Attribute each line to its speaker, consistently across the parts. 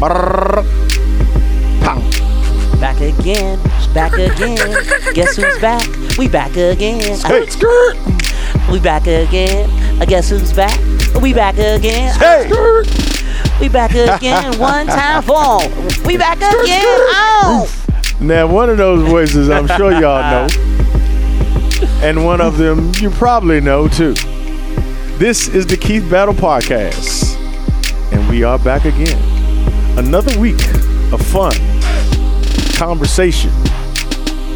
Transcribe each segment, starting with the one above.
Speaker 1: Brrrr. Pang.
Speaker 2: Back again, back again. Guess who's back? We back again.
Speaker 1: Hey, skirt.
Speaker 2: We back again. Uh, Guess who's back? We back again.
Speaker 1: Hey, skirt.
Speaker 2: We back again. One time for all. We back again. Oh.
Speaker 1: Now, one of those voices I'm sure y'all know, and one of them you probably know too. This is the Keith Battle Podcast, and we are back again. Another week of fun, conversation,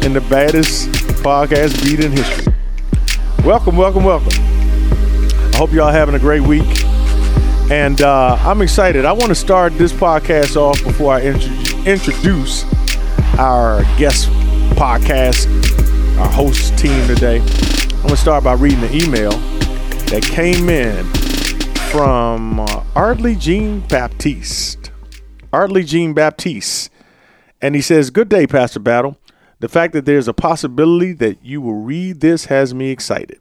Speaker 1: and the baddest podcast beat in history. Welcome, welcome, welcome. I hope y'all having a great week. And uh, I'm excited. I want to start this podcast off before I intro- introduce our guest podcast, our host team today. I'm going to start by reading the email that came in from uh, Ardley Jean Baptiste. Ardley Jean Baptiste. And he says, Good day, Pastor Battle. The fact that there's a possibility that you will read this has me excited.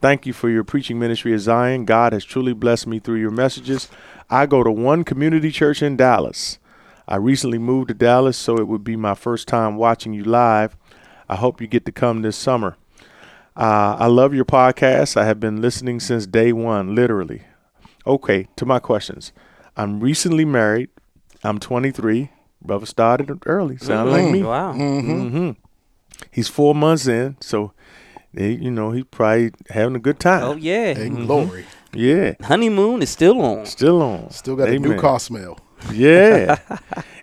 Speaker 1: Thank you for your preaching ministry at Zion. God has truly blessed me through your messages. I go to one community church in Dallas. I recently moved to Dallas, so it would be my first time watching you live. I hope you get to come this summer. Uh, I love your podcast. I have been listening since day one, literally. Okay, to my questions. I'm recently married. I'm 23. Brother started early. Sound like me.
Speaker 2: Wow.
Speaker 1: He's four months in, so eh, you know he's probably having a good time.
Speaker 2: Oh yeah.
Speaker 3: Hey,
Speaker 1: Mm-hmm.
Speaker 3: glory.
Speaker 1: Yeah,
Speaker 2: Honeymoon is still on.
Speaker 1: still on.
Speaker 3: Still got a new
Speaker 1: Amen.
Speaker 3: car smell.
Speaker 1: Yeah.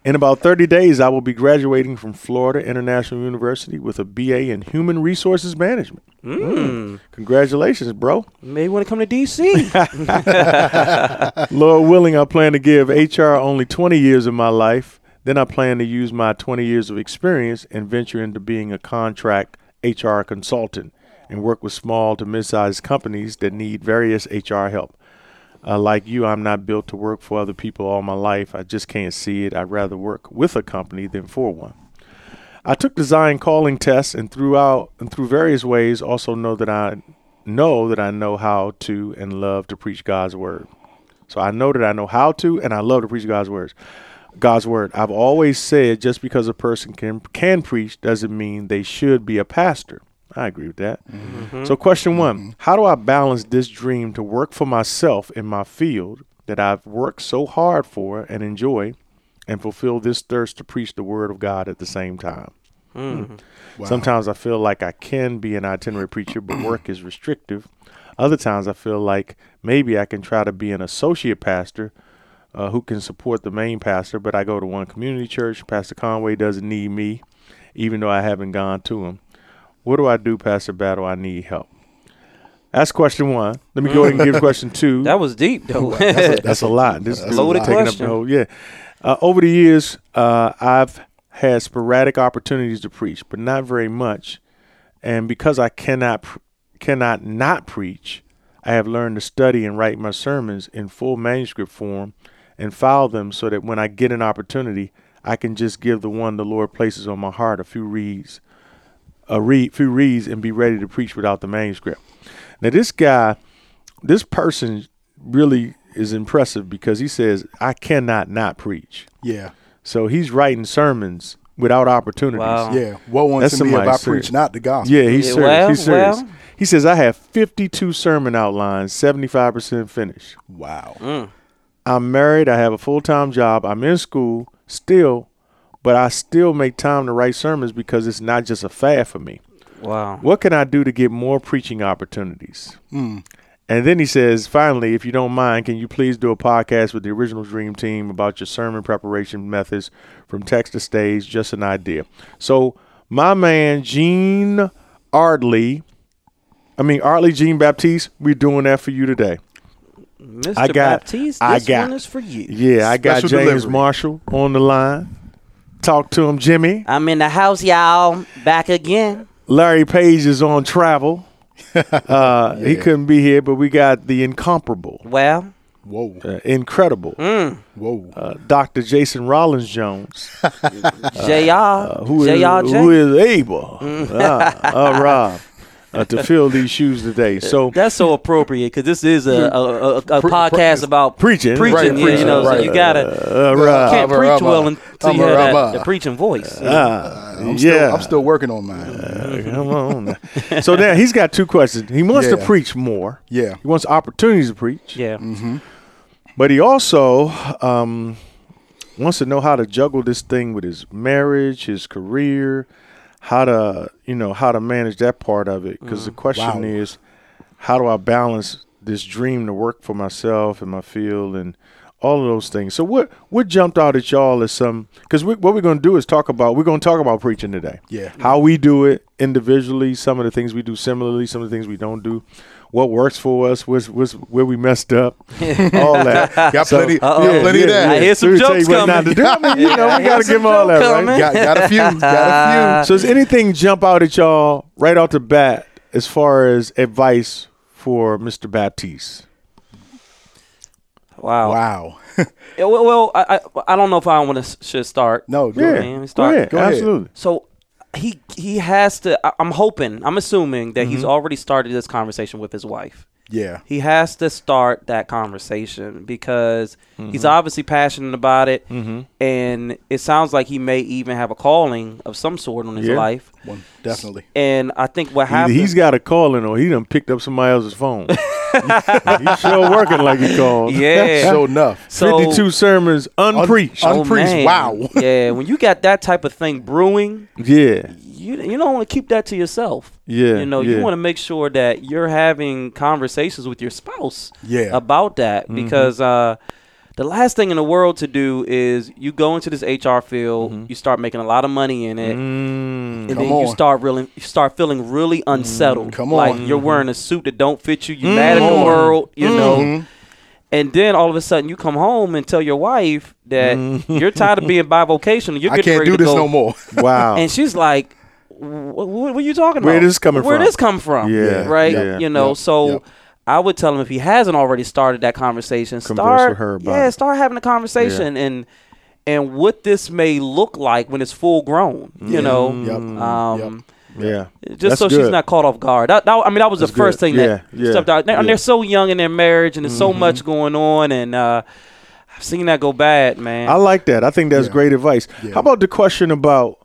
Speaker 1: in about 30 days, I will be graduating from Florida International University with a BA in Human Resources Management. Mm. Congratulations, bro.
Speaker 2: Maybe want to come to DC.
Speaker 1: Lord willing, I plan to give HR only 20 years of my life. Then I plan to use my 20 years of experience and venture into being a contract HR consultant and work with small to mid sized companies that need various HR help. Uh, like you, I'm not built to work for other people all my life. I just can't see it. I'd rather work with a company than for one. I took design calling tests and throughout and through various ways also know that I know that I know how to and love to preach God's word. So I know that I know how to and I love to preach God's words. God's word. I've always said just because a person can can preach doesn't mean they should be a pastor. I agree with that. So question 1, how do I balance this dream to work for myself in my field that I've worked so hard for and enjoy and fulfill this thirst to preach the word of God at the same time? Sometimes I feel like I can be an itinerant preacher, but work is restrictive. Other times I feel like maybe I can try to be an associate pastor uh, who can support the main pastor, but I go to one community church. Pastor Conway doesn't need me, even though I haven't gone to him. What do I do, Pastor Battle? I need help. That's question one. Let me go ahead and give question two.
Speaker 2: that was deep though.
Speaker 1: That's a lot. This
Speaker 3: That's
Speaker 1: dude
Speaker 3: a
Speaker 2: loaded
Speaker 1: was taking
Speaker 2: question.
Speaker 1: up the whole yeah. Uh, over the years, uh, I've had sporadic opportunities to preach, but not very much. And because I cannot pr- cannot not preach, I have learned to study and write my sermons in full manuscript form and file them so that when I get an opportunity, I can just give the one the Lord places on my heart a few reads a read, few reads, and be ready to preach without the manuscript. Now, this guy, this person, really is impressive because he says, "I cannot not preach."
Speaker 3: Yeah.
Speaker 1: So he's writing sermons without opportunities.
Speaker 2: Wow.
Speaker 3: Yeah. Woe unto
Speaker 1: That's
Speaker 3: me if
Speaker 1: somebody
Speaker 3: I
Speaker 1: serious.
Speaker 3: preach not the gospel.
Speaker 1: Yeah, he's
Speaker 2: Yeah,
Speaker 1: serious.
Speaker 2: well,
Speaker 1: he's serious.
Speaker 2: well.
Speaker 1: He says, "I have 52 sermon outlines, 75 percent finished.
Speaker 3: Wow.
Speaker 2: Mm.
Speaker 1: I'm married. I have a full time job. I'm in school still." But I still make time to write sermons because it's not just a fad for me.
Speaker 2: wow.
Speaker 1: What can I do to get more preaching opportunities?
Speaker 3: Hmm.
Speaker 1: And then he says, finally, if you don't mind, can you please do a podcast with the original Dream Team about your sermon preparation methods from text to stage? Just an idea. So, my man, Gene Ardley, I mean, Ardley Gene Baptiste, we're doing that for you today.
Speaker 2: Mr.
Speaker 1: I got-
Speaker 2: Baptiste,
Speaker 1: I
Speaker 2: this
Speaker 1: got-
Speaker 2: one is for you.
Speaker 1: Yeah, I got
Speaker 3: Special
Speaker 1: James
Speaker 3: delivery.
Speaker 1: Marshall on the line. Talk to him, Jimmy.
Speaker 2: I'm in the house, y'all. Back again.
Speaker 1: Larry Page is on travel. Uh, He couldn't be here, but we got the incomparable.
Speaker 2: Well,
Speaker 3: Whoa.
Speaker 1: uh, incredible.
Speaker 2: Mm.
Speaker 3: Whoa.
Speaker 1: Uh, Dr. Jason Rollins Jones,
Speaker 2: JR,
Speaker 1: Uh, who is
Speaker 2: JR, Mm.
Speaker 1: who is able. Ah, uh, Rob. uh, to fill these shoes today. So
Speaker 2: That's so appropriate because this is a, a, a, a podcast about
Speaker 1: preaching,
Speaker 2: preaching.
Speaker 1: right,
Speaker 2: yeah, you
Speaker 1: preaching,
Speaker 2: know, so
Speaker 1: right.
Speaker 2: you gotta
Speaker 1: Uh,
Speaker 2: you
Speaker 1: right.
Speaker 2: can't
Speaker 3: I'm a
Speaker 2: preach
Speaker 3: rabbi.
Speaker 2: well until
Speaker 3: I'm
Speaker 2: you
Speaker 3: a
Speaker 2: have that,
Speaker 3: rabbi.
Speaker 2: the preaching voice.
Speaker 1: Ah,
Speaker 3: I'm
Speaker 1: yeah. Uh,
Speaker 3: still, I'm still working on mine.
Speaker 1: Come on. so now he's got two questions. He wants to
Speaker 3: Yeah.
Speaker 1: preach more.
Speaker 3: Yeah.
Speaker 1: He wants opportunities to preach.
Speaker 2: yeah,
Speaker 1: mm-hmm. But he also um, wants to know how to juggle this thing with his marriage, his career, how to you know how to manage that part of it. Because the question
Speaker 3: Wow.
Speaker 1: is, how do I balance this dream to work for myself and my field and all of those things? So what what jumped out at y'all is some because we, what we're going to do is talk about we're going to talk about preaching today.
Speaker 3: Yeah.
Speaker 1: how we do it individually, some of the things we do similarly, some of the things we don't do. What works for us? What's, what's where we messed up? All that.
Speaker 3: Got plenty- got plenty of that.
Speaker 2: I hear some
Speaker 1: Let me tell
Speaker 2: jokes
Speaker 1: you what not
Speaker 2: coming.
Speaker 1: to do. I mean, you know,
Speaker 2: I
Speaker 1: we
Speaker 2: hear
Speaker 1: gotta
Speaker 2: some
Speaker 1: give 'em all
Speaker 2: jokes
Speaker 1: that, right?
Speaker 2: coming.
Speaker 3: Got, got a few. Got a
Speaker 1: So, does anything jump out at y'all right off the bat as far as advice for Mr. Baptiste?
Speaker 3: few.
Speaker 2: Wow.
Speaker 3: Wow.
Speaker 2: Yeah, well, well I, I I don't know if I want to should start.
Speaker 3: No, go
Speaker 1: Yeah,
Speaker 3: ahead.
Speaker 2: man, we
Speaker 1: go
Speaker 2: start-
Speaker 1: ahead.
Speaker 3: go ahead.
Speaker 1: Absolutely.
Speaker 2: So he he has to. I, I'm hoping. I'm assuming that he's already started this conversation with his wife.
Speaker 3: Yeah.
Speaker 2: He has to start that conversation because he's obviously passionate about it, and it sounds like he may even have a calling of some sort on his
Speaker 1: Yeah.
Speaker 2: life.
Speaker 3: One, definitely.
Speaker 2: And I think what
Speaker 1: Either
Speaker 2: happened.
Speaker 1: he's got a calling or he done picked up somebody else's phone. he's sure working like he called.
Speaker 2: yeah.
Speaker 3: So enough.
Speaker 2: So- oh,
Speaker 1: 52 sermons unpreached.
Speaker 3: un- Unpreached.
Speaker 2: man.
Speaker 3: Wow.
Speaker 2: yeah, when you got that type of thing brewing,
Speaker 1: yeah.
Speaker 2: you you don't want to keep that to yourself.
Speaker 1: Yeah,
Speaker 2: You know,
Speaker 1: yeah.
Speaker 2: you want to make sure that you're having conversations with your spouse
Speaker 3: Yeah. Mm-hmm.
Speaker 2: about that because uh the last thing in the world to do is you go into this HR field, you start making a lot of money in it,
Speaker 1: Mm,
Speaker 2: and
Speaker 3: Mm-hmm. Come
Speaker 2: then you
Speaker 3: on. Mm-hmm.
Speaker 2: start really you start feeling really unsettled.
Speaker 3: Come
Speaker 2: like
Speaker 3: on. Mm-hmm.
Speaker 2: you're wearing a suit that don't fit you. You're mad at the world, you know. And then all of a sudden you come home and tell your wife that you're tired of being bivocational. You're
Speaker 3: Mm-hmm. I
Speaker 2: getting
Speaker 3: can't
Speaker 2: ready
Speaker 3: do
Speaker 2: to
Speaker 3: this
Speaker 2: go-
Speaker 3: no more.
Speaker 1: wow.
Speaker 2: and she's like, "Wh- "What are you talking about?
Speaker 1: Oh. Where this coming
Speaker 2: Where
Speaker 1: from?"
Speaker 2: this come from?
Speaker 1: Yeah,
Speaker 2: right.
Speaker 1: yeah.
Speaker 2: You know,
Speaker 3: Yep,
Speaker 2: so
Speaker 3: yep.
Speaker 2: I would tell him if he hasn't already started that conversation,
Speaker 1: Converse
Speaker 2: start
Speaker 1: with her about
Speaker 2: yeah,
Speaker 1: it.
Speaker 2: start having a conversation and and what this may look like when it's full grown. You know,
Speaker 3: Mm. Yep,
Speaker 2: um,
Speaker 1: yeah. Mm.
Speaker 2: just
Speaker 1: That's
Speaker 2: so she's
Speaker 1: good.
Speaker 2: not caught off guard. That, that- I mean, that was
Speaker 1: That's
Speaker 2: the first
Speaker 1: good.
Speaker 2: thing that
Speaker 1: Yeah, yeah,
Speaker 2: stepped out. And
Speaker 1: yeah. Mm-hmm.
Speaker 2: they're so young in their marage, and there's so much going on, and uh, I've seen that go bad, man.
Speaker 1: I like that. I think that's
Speaker 3: Yeah.
Speaker 1: great advice.
Speaker 3: Yeah.
Speaker 1: How about the question about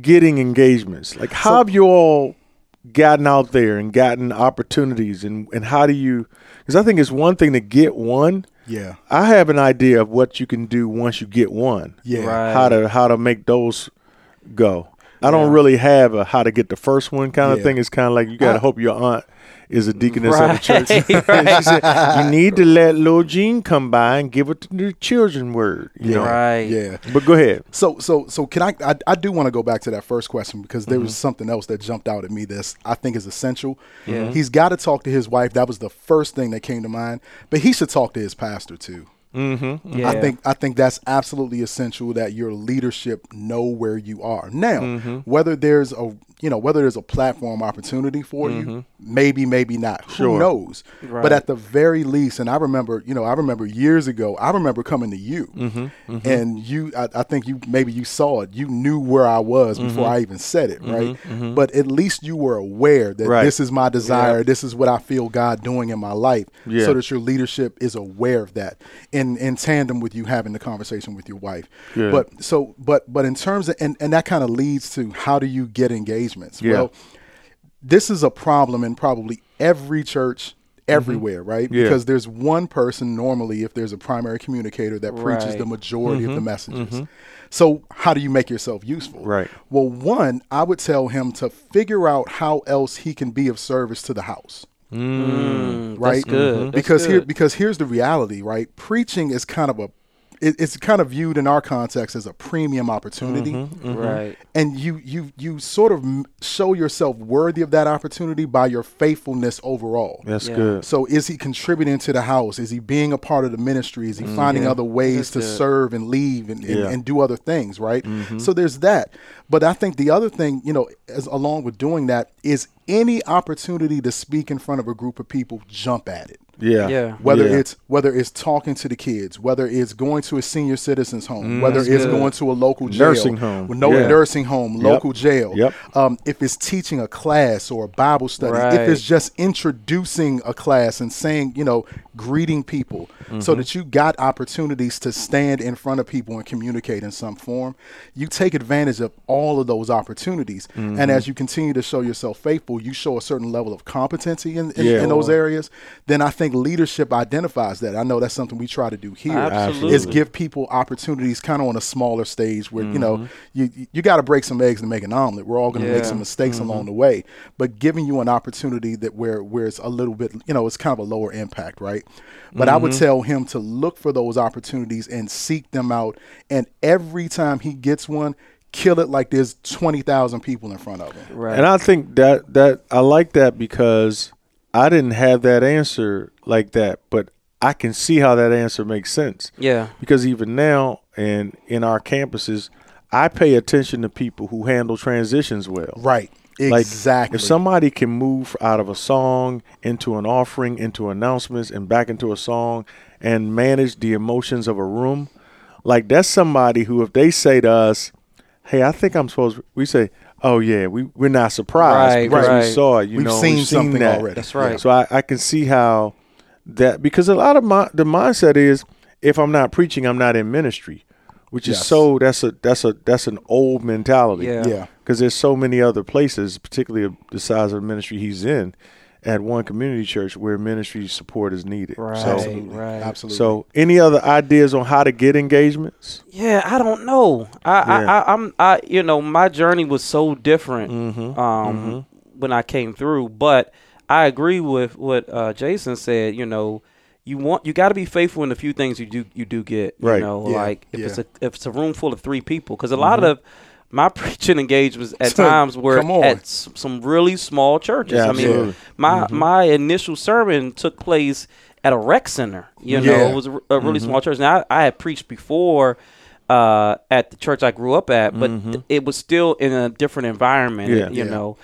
Speaker 1: getting engagements? Like, how have you all gotten out there and gotten opportunities? And, and how do you, because I think it's one thing to get one.
Speaker 3: Yeah.
Speaker 1: I have an idea of what you can do once you get one.
Speaker 3: Yeah.
Speaker 2: Right.
Speaker 1: How to how to make those go. I don't really have a how to get the first one kind of
Speaker 3: Yeah.
Speaker 1: thing. It's kind of like you got to hope your aunt is a deaconess at the church.
Speaker 2: Right, right.
Speaker 1: She said, you need to let little Jean come by and give her to the children word. You know?
Speaker 2: right.
Speaker 3: Yeah.
Speaker 1: But go ahead.
Speaker 3: So so so can I? I, I do want to go back to that first question because there was something else that jumped out at me that's I think is essential.
Speaker 2: Yeah.
Speaker 3: He's got to talk to his wife. That was the first thing that came to mind. But he should talk to his pastor too.
Speaker 2: Yeah.
Speaker 3: I think I think that's absolutely essential that your leadership know where you are now. Whether there's a you know whether there's a platform opportunity for you, maybe maybe not. Who knows?
Speaker 2: Right.
Speaker 3: But at the very least, and I remember you know I remember years ago I remember coming to you, and you I, I think you maybe you saw it. You knew where I was before I even said it, right? But at least you were aware that
Speaker 1: Right.
Speaker 3: this is my desire. This is what I feel God doing in my life.
Speaker 1: Yeah.
Speaker 3: So that your leadership is aware of that in in tandem with you having the conversation with your wife
Speaker 1: Yeah.
Speaker 3: but so but but in terms of and, and that kind of leads to how do you get engagements
Speaker 1: Yeah.
Speaker 3: well this is a problem in probably every church everywhere right
Speaker 1: Mm-hmm. Yeah.
Speaker 3: because there's one person normally if there's a primary communicator that preaches
Speaker 2: Right.
Speaker 3: the majority
Speaker 1: Mm-hmm.
Speaker 3: of the messages so how do you make yourself useful
Speaker 1: Right.
Speaker 3: well one i would tell him to figure out how else he can be of service to the house
Speaker 2: Mm,
Speaker 3: right?
Speaker 2: That's good. That's
Speaker 3: Because here,
Speaker 2: good.
Speaker 3: because here's the reality, right? Preaching is kind of a, it, it's kind of viewed in our context as a premium opportunity,
Speaker 2: Mm-hmm. right.
Speaker 3: and you you you sort of m- show yourself worthy of that opportunity by your faithfulness overall.
Speaker 1: That's
Speaker 2: Yeah.
Speaker 1: good.
Speaker 3: So is he contributing to the house? Is he being a part of the ministry? Is he finding other
Speaker 2: That's
Speaker 3: ways to
Speaker 2: good.
Speaker 3: serve and leave and, and,
Speaker 1: Yeah.
Speaker 3: and do other things, right? So there's that. But I think the other thing, you know, as along with doing that is any opportunity to speak in front of a group of people, jump at it.
Speaker 1: Yeah.
Speaker 2: Yeah.
Speaker 3: whether
Speaker 1: Yeah.
Speaker 3: it's whether it's talking to the kids, whether it's going to a senior citizens home, whether it's
Speaker 2: good.
Speaker 3: going to a local jail,
Speaker 1: Mm, Nursing home.
Speaker 3: well, no
Speaker 1: Yeah.
Speaker 3: nursing home, local jail.
Speaker 1: Yep.
Speaker 3: Um, if it's teaching a class or a Bible study, if
Speaker 2: Right.
Speaker 3: it's just introducing a class and saying, you know, greeting people, so that you got opportunities to stand in front of people and communicate in some form, you take advantage of all of those opportunities. And as you continue to show yourself faithful, you show a certain level of competency in, in,
Speaker 1: Yeah.
Speaker 3: in those areas, then I think leadership identifies that. I know that's something we try to do here.
Speaker 2: Absolutely.
Speaker 3: Is give people opportunities kind of on a smaller stage where, you know, you you got to break some eggs to make an omelet. We're all going to make
Speaker 2: Mm-hmm. Yeah. Mm-hmm.
Speaker 3: some mistakes along the way, but giving you an opportunity that where where it's a little bit, you know, it's kind of a lower impact, right? But I
Speaker 2: Mm-hmm.
Speaker 3: would tell him to look for those opportunities and seek them out and every time he gets one, kill it like there's 20,000 people in front of him.
Speaker 2: Right.
Speaker 1: And I think that that I like that because I didn't have that answer like that, but I can see how that answer makes sense.
Speaker 2: yeah.
Speaker 1: Because even now and in our campuses, I pay attention to people who handle transitions well.
Speaker 3: Right.
Speaker 1: Like,
Speaker 3: Exactly.
Speaker 1: If somebody can move out of a song into an offering, into announcements, and back into a song, and manage the emotions of a room, like that's somebody who, if they say to us, "Hey, I think I'm supposed," to-" we say, "Oh yeah, we we're not surprised
Speaker 2: Right,
Speaker 1: because
Speaker 2: right.
Speaker 1: we saw it. You
Speaker 3: We've
Speaker 1: know,
Speaker 3: seen
Speaker 1: we've
Speaker 3: something
Speaker 1: that.
Speaker 3: already. That's
Speaker 2: right.
Speaker 1: So I, I can see how that because a lot of my the mindset is if I'm not preaching, I'm not in ministry, which is
Speaker 3: Yes.
Speaker 1: so that's a that's a that's an old mentality
Speaker 2: Yeah.
Speaker 3: Yeah.
Speaker 1: because there's so many other places, particularly the size of the ministry he's in, at one community church where ministry support is needed. So,
Speaker 2: Right.
Speaker 3: Absolutely.
Speaker 2: right.
Speaker 3: Absolutely.
Speaker 1: so any other ideas on how to get engagements?
Speaker 2: Yeah, I don't know. I,
Speaker 1: Yeah.
Speaker 2: I, I, I'm, I, you know, my journey was so different um, when I came through. But I agree with what uh, Jason said. You know, you want, you got to be faithful in the few things you do, you do get. You
Speaker 1: Right.
Speaker 2: know,
Speaker 3: Yeah.
Speaker 2: like if
Speaker 3: Yeah.
Speaker 2: it's a, if it's a room full of three people, because a lot of my preaching engagements at times were
Speaker 3: Come on.
Speaker 2: at s- some really small churches.
Speaker 1: Yeah,
Speaker 2: I mean,
Speaker 1: absolutely.
Speaker 2: my
Speaker 1: Mm-hmm.
Speaker 2: my initial sermon took place at a rec center. You know,
Speaker 3: Yeah.
Speaker 2: it was a, r- a
Speaker 1: Mm-hmm.
Speaker 2: really small church. Now I, I had preached before uh, at the church I grew up at, but th- it was still in a different environment.
Speaker 1: Mm-hmm. Yeah.
Speaker 2: You
Speaker 3: Yeah.
Speaker 2: know.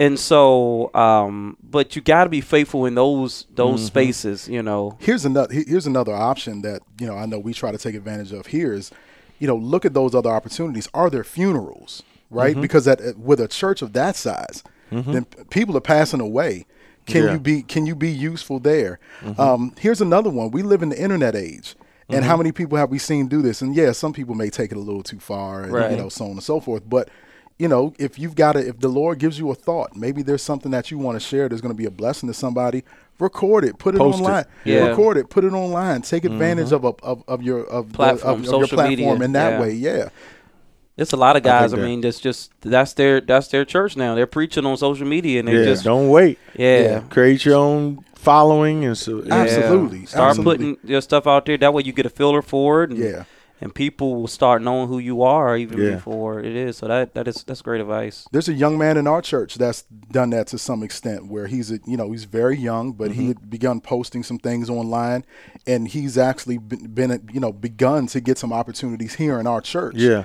Speaker 2: And so, um, but you got to be faithful in those those
Speaker 1: Mm-hmm.
Speaker 2: spaces, you know.
Speaker 3: here's another he- here's another option that you know I know we try to take advantage of here is, you know, look at those other opportunities. Are there funerals, right? Because that with a church of that size, then p- people are passing away. Can
Speaker 1: Yeah.
Speaker 3: you be can you be useful there? Um, here's another one. We live in the internet age. And how many people have we seen do this? And yeah, some people may take it a little too far, and you
Speaker 2: Right.
Speaker 3: know, so on and so forth. But you know, if you've got it, if the Lord gives you a thought, maybe there's something that you want to share that's going to be a blessing to somebody. Record it, put it
Speaker 1: Post it.
Speaker 3: online.
Speaker 2: Yeah. Mm-hmm.
Speaker 3: Record it, put it online. Take advantage of, a, of of your of, the-
Speaker 2: Platform,
Speaker 3: of your
Speaker 2: social
Speaker 3: platform
Speaker 2: media,
Speaker 3: in that
Speaker 2: yeah.
Speaker 3: way. Yeah,
Speaker 2: There's a lot of guys. I,
Speaker 1: that-
Speaker 2: mean, that's just that's their that's their church now. They're preaching on social media, and they
Speaker 1: Yeah,
Speaker 2: just
Speaker 1: don't wait.
Speaker 2: yeah.
Speaker 3: Yeah.
Speaker 1: Create your own following and so
Speaker 2: Yeah.
Speaker 3: Absolutely,
Speaker 2: Start
Speaker 3: absolutely.
Speaker 2: putting your stuff out there. That way you get a filler for it. And,
Speaker 3: Yeah.
Speaker 2: And people will start knowing who you are even
Speaker 1: Yeah.
Speaker 2: before it is. So that that is that's great advice.
Speaker 3: there's a young man in our church that's done that to some extent where he's a, you know he's very young but
Speaker 2: Mm-hmm.
Speaker 3: he had begun posting some things online and he's actually been, been you know begun to get some opportunities here in our church
Speaker 1: Yeah.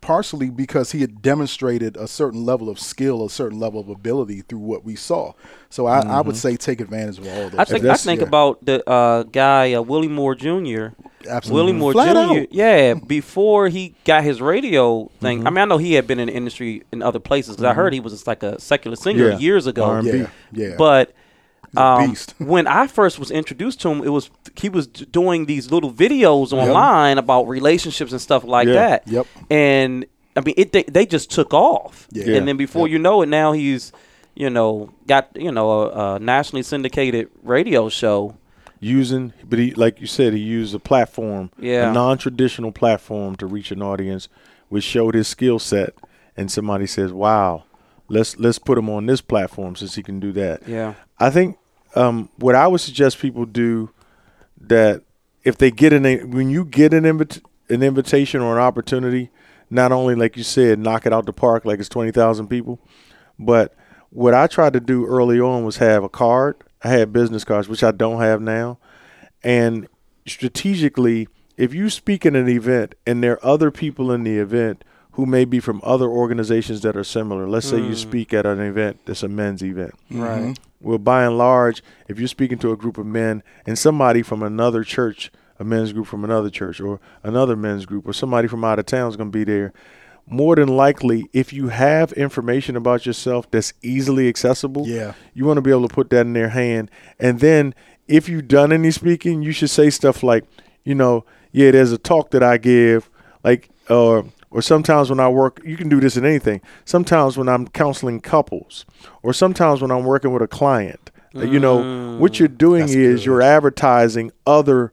Speaker 3: partially because he had demonstrated a certain level of skill a certain level of ability through what we saw so i, I would say take advantage of all those
Speaker 2: Mm-hmm. I think I
Speaker 1: that's-
Speaker 2: think
Speaker 3: yeah.
Speaker 2: about the uh, guy uh, Willie Moore Jr.
Speaker 3: Absolutely.
Speaker 2: Willie Moore
Speaker 3: Flat
Speaker 2: Jr.
Speaker 3: out. Mm-hmm.
Speaker 2: Yeah, before he got his radio thing. I mean, I know he had been in the industry in other places 'cause I heard he was just like a secular singer
Speaker 1: Yeah.
Speaker 2: years ago.
Speaker 1: R&B.
Speaker 3: yeah yeah
Speaker 2: But
Speaker 3: a
Speaker 2: um,
Speaker 3: beast.
Speaker 2: when I first was introduced to him, it was he was d- doing these little videos online about relationships and stuff like
Speaker 1: Yeah.
Speaker 2: that.
Speaker 3: Yep.
Speaker 2: And I mean, it they, they just took off.
Speaker 3: Yeah.
Speaker 2: And then before you know it, now he's you know got you know a, a nationally syndicated radio show.
Speaker 1: using but he like you said he used a platform
Speaker 2: Yeah.
Speaker 1: a non-traditional platform to reach an audience which showed his skill set and somebody says wow let's let's put him on this platform since he can do that
Speaker 2: Yeah.
Speaker 1: i think um, what i would suggest people do that if they get an when you get an invit- an invitation or an opportunity, not only like you said, knock it out the park like it's twenty thousand people, but what I tried to do early on was have a card. I had business cards, which I don't have now, and strategically, if you speak in an event and there are other people in the event who may be from other organizations that are similar. Let's say you speak at an event that's a men's event.
Speaker 2: Right.
Speaker 1: Well, by and large, if you're speaking to a group of men and somebody from another church, a men's group from another church, or another men's group, or somebody from out of town is going to be there, more than likely, if you have information about yourself that's easily accessible,
Speaker 3: Yeah.
Speaker 1: you want to be able to put that in their hand. And then if you've done any speaking, you should say stuff like, you know, yeah, there's a talk that I give, like, or or sometimes when I work, you can do this in anything. Sometimes when I'm counseling couples, or sometimes when I'm working with a client, Uh, you know, what you're doing
Speaker 3: That's
Speaker 1: is
Speaker 3: good.
Speaker 1: you're advertising other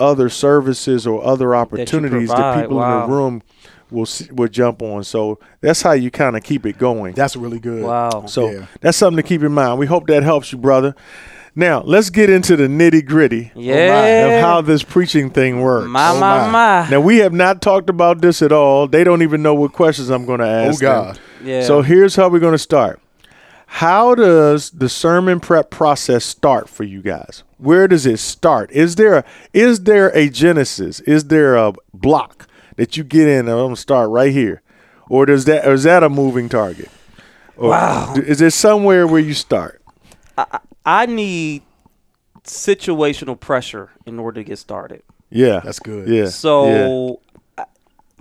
Speaker 1: other services or other opportunities that,
Speaker 2: provide.
Speaker 1: people in
Speaker 2: Wow.
Speaker 1: the room will see, will jump on. So that's how you kind of keep it going.
Speaker 3: That's really good.
Speaker 2: Wow.
Speaker 1: So
Speaker 3: Yeah.
Speaker 1: that's something to keep in mind. We hope that helps you, brother. Now let's get into the nitty gritty
Speaker 2: Yeah.
Speaker 1: of how this preaching thing works.
Speaker 2: my,
Speaker 3: Oh,
Speaker 2: my,
Speaker 3: my.
Speaker 2: my.
Speaker 1: Now we have not talked about this at all. They don't even know what questions I'm going to ask. them.
Speaker 3: Oh, God.
Speaker 2: Yeah.
Speaker 1: So here's how we're going to start. How does the sermon prep process start for you guys? Where does it start? Is there a, is there a genesis? Is there a block that you get in? and I'm going to start right here, or does that or is that a moving target? Or wow. Is there somewhere where you start?
Speaker 2: I need situational pressure in order to get started.
Speaker 1: Yeah,
Speaker 3: That's good.
Speaker 1: Yeah. yeah.
Speaker 2: So I-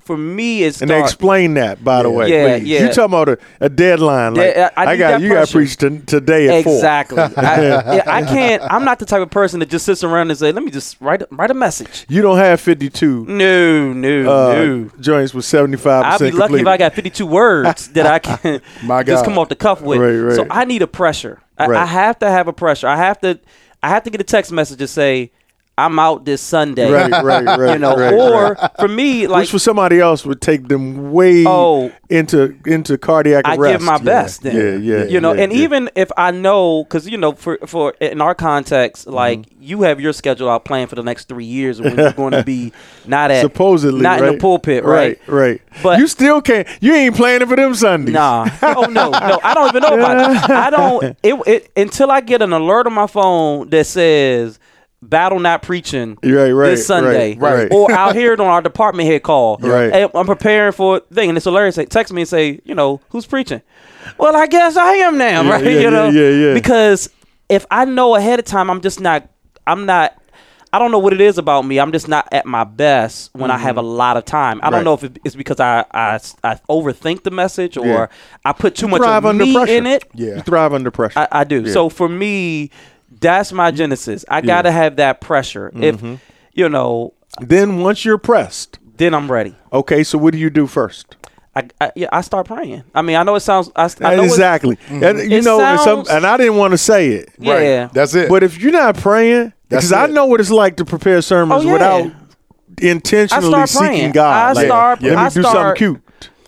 Speaker 2: for me, it's
Speaker 1: And they explain that, by the way.
Speaker 2: Yeah,
Speaker 1: please.
Speaker 2: yeah.
Speaker 1: You talking about a, a deadline? Like,
Speaker 2: Yeah, I- I need
Speaker 1: got
Speaker 2: that
Speaker 1: you got
Speaker 2: pressure.
Speaker 1: preached to, today at four.
Speaker 2: exactly. I, yeah, I can't. I'm not the type of person that just sits around and say, "Let me just write a- write a message."
Speaker 1: You don't have fifty two
Speaker 2: No, no,
Speaker 1: uh,
Speaker 2: Mm, no.
Speaker 1: joints with 75
Speaker 2: I'll be lucky if I got 52 words that I can
Speaker 3: My
Speaker 2: just
Speaker 3: God.
Speaker 2: come off the cuff with.
Speaker 1: Right, right.
Speaker 2: So I need a pressure. I,
Speaker 1: Right.
Speaker 2: I have to have a pressure. I have to. I have to get a text message to say I'm out this Sunday.
Speaker 1: Right, right, right.
Speaker 2: You know,
Speaker 1: right,
Speaker 2: or
Speaker 1: right.
Speaker 2: for me, like
Speaker 1: which for somebody else would take them way
Speaker 2: Oh.
Speaker 1: into into cardiac
Speaker 2: I
Speaker 1: arrest.
Speaker 2: give my best. Then.
Speaker 1: Yeah, yeah.
Speaker 2: You know,
Speaker 1: yeah,
Speaker 2: and
Speaker 1: yeah.
Speaker 2: even if I know, because you know, for for in our context,
Speaker 1: Mm-hmm.
Speaker 2: like you have your schedule out planned for the next three years when you're going to be not at
Speaker 1: supposedly
Speaker 2: not in
Speaker 1: right?
Speaker 2: the pulpit, right?
Speaker 1: Right, But
Speaker 2: But-
Speaker 1: you still can't. You ain't planning for them Sundays.
Speaker 2: Nah. Oh no, no. I don't even know about it. I don't. It, it until I get an alert on my phone that says "Battle Not Preaching"
Speaker 1: Right, right,
Speaker 2: this Sunday,
Speaker 1: right, right.
Speaker 2: Or I'll hear it on our department head call.
Speaker 1: Right.
Speaker 2: And I'm preparing for a thing, and it's hilarious. They text me and say, you know, who's preaching? Well, I guess I am now,
Speaker 1: Yeah,
Speaker 2: right?
Speaker 1: yeah, yeah,
Speaker 2: you know,
Speaker 1: yeah, yeah.
Speaker 2: Because if I know ahead of time, I'm just not. I'm not. I don't know what it is about me. I'm just not at my best when I have a lot of time.
Speaker 1: Mm-hmm.
Speaker 2: I
Speaker 1: Right.
Speaker 2: don't know if it- it's because I, I, I overthink the message or
Speaker 1: Yeah.
Speaker 2: I put too
Speaker 1: You
Speaker 2: much
Speaker 1: thrive
Speaker 2: of
Speaker 1: under
Speaker 2: me
Speaker 1: pressure.
Speaker 2: in it.
Speaker 3: Yeah.
Speaker 1: you thrive under pressure.
Speaker 2: I, I do.
Speaker 1: Yeah.
Speaker 2: So for me, that's my genesis. I gotta have that pressure.
Speaker 1: Mm-hmm.
Speaker 2: If you know,
Speaker 1: then once you're pressed,
Speaker 2: then I'm ready.
Speaker 1: okay. So what do you do first?
Speaker 2: I, I yeah, I start praying. I mean, I know it sounds. I, I know exactly.
Speaker 1: exactly.
Speaker 3: Mm-hmm.
Speaker 1: And, you
Speaker 2: It
Speaker 1: know, and
Speaker 2: sounds-
Speaker 1: some, and I didn't want to say it.
Speaker 2: Yeah.
Speaker 3: That's it.
Speaker 1: But if you're not praying,
Speaker 3: That's
Speaker 1: because I
Speaker 3: it.
Speaker 1: know what it's like to prepare sermons
Speaker 2: Oh, yeah.
Speaker 1: without intentionally
Speaker 2: I start
Speaker 1: seeking
Speaker 2: praying.
Speaker 1: God.
Speaker 2: I
Speaker 1: Like,
Speaker 2: start-
Speaker 1: Let me
Speaker 2: I
Speaker 1: do
Speaker 2: start-
Speaker 1: something cute.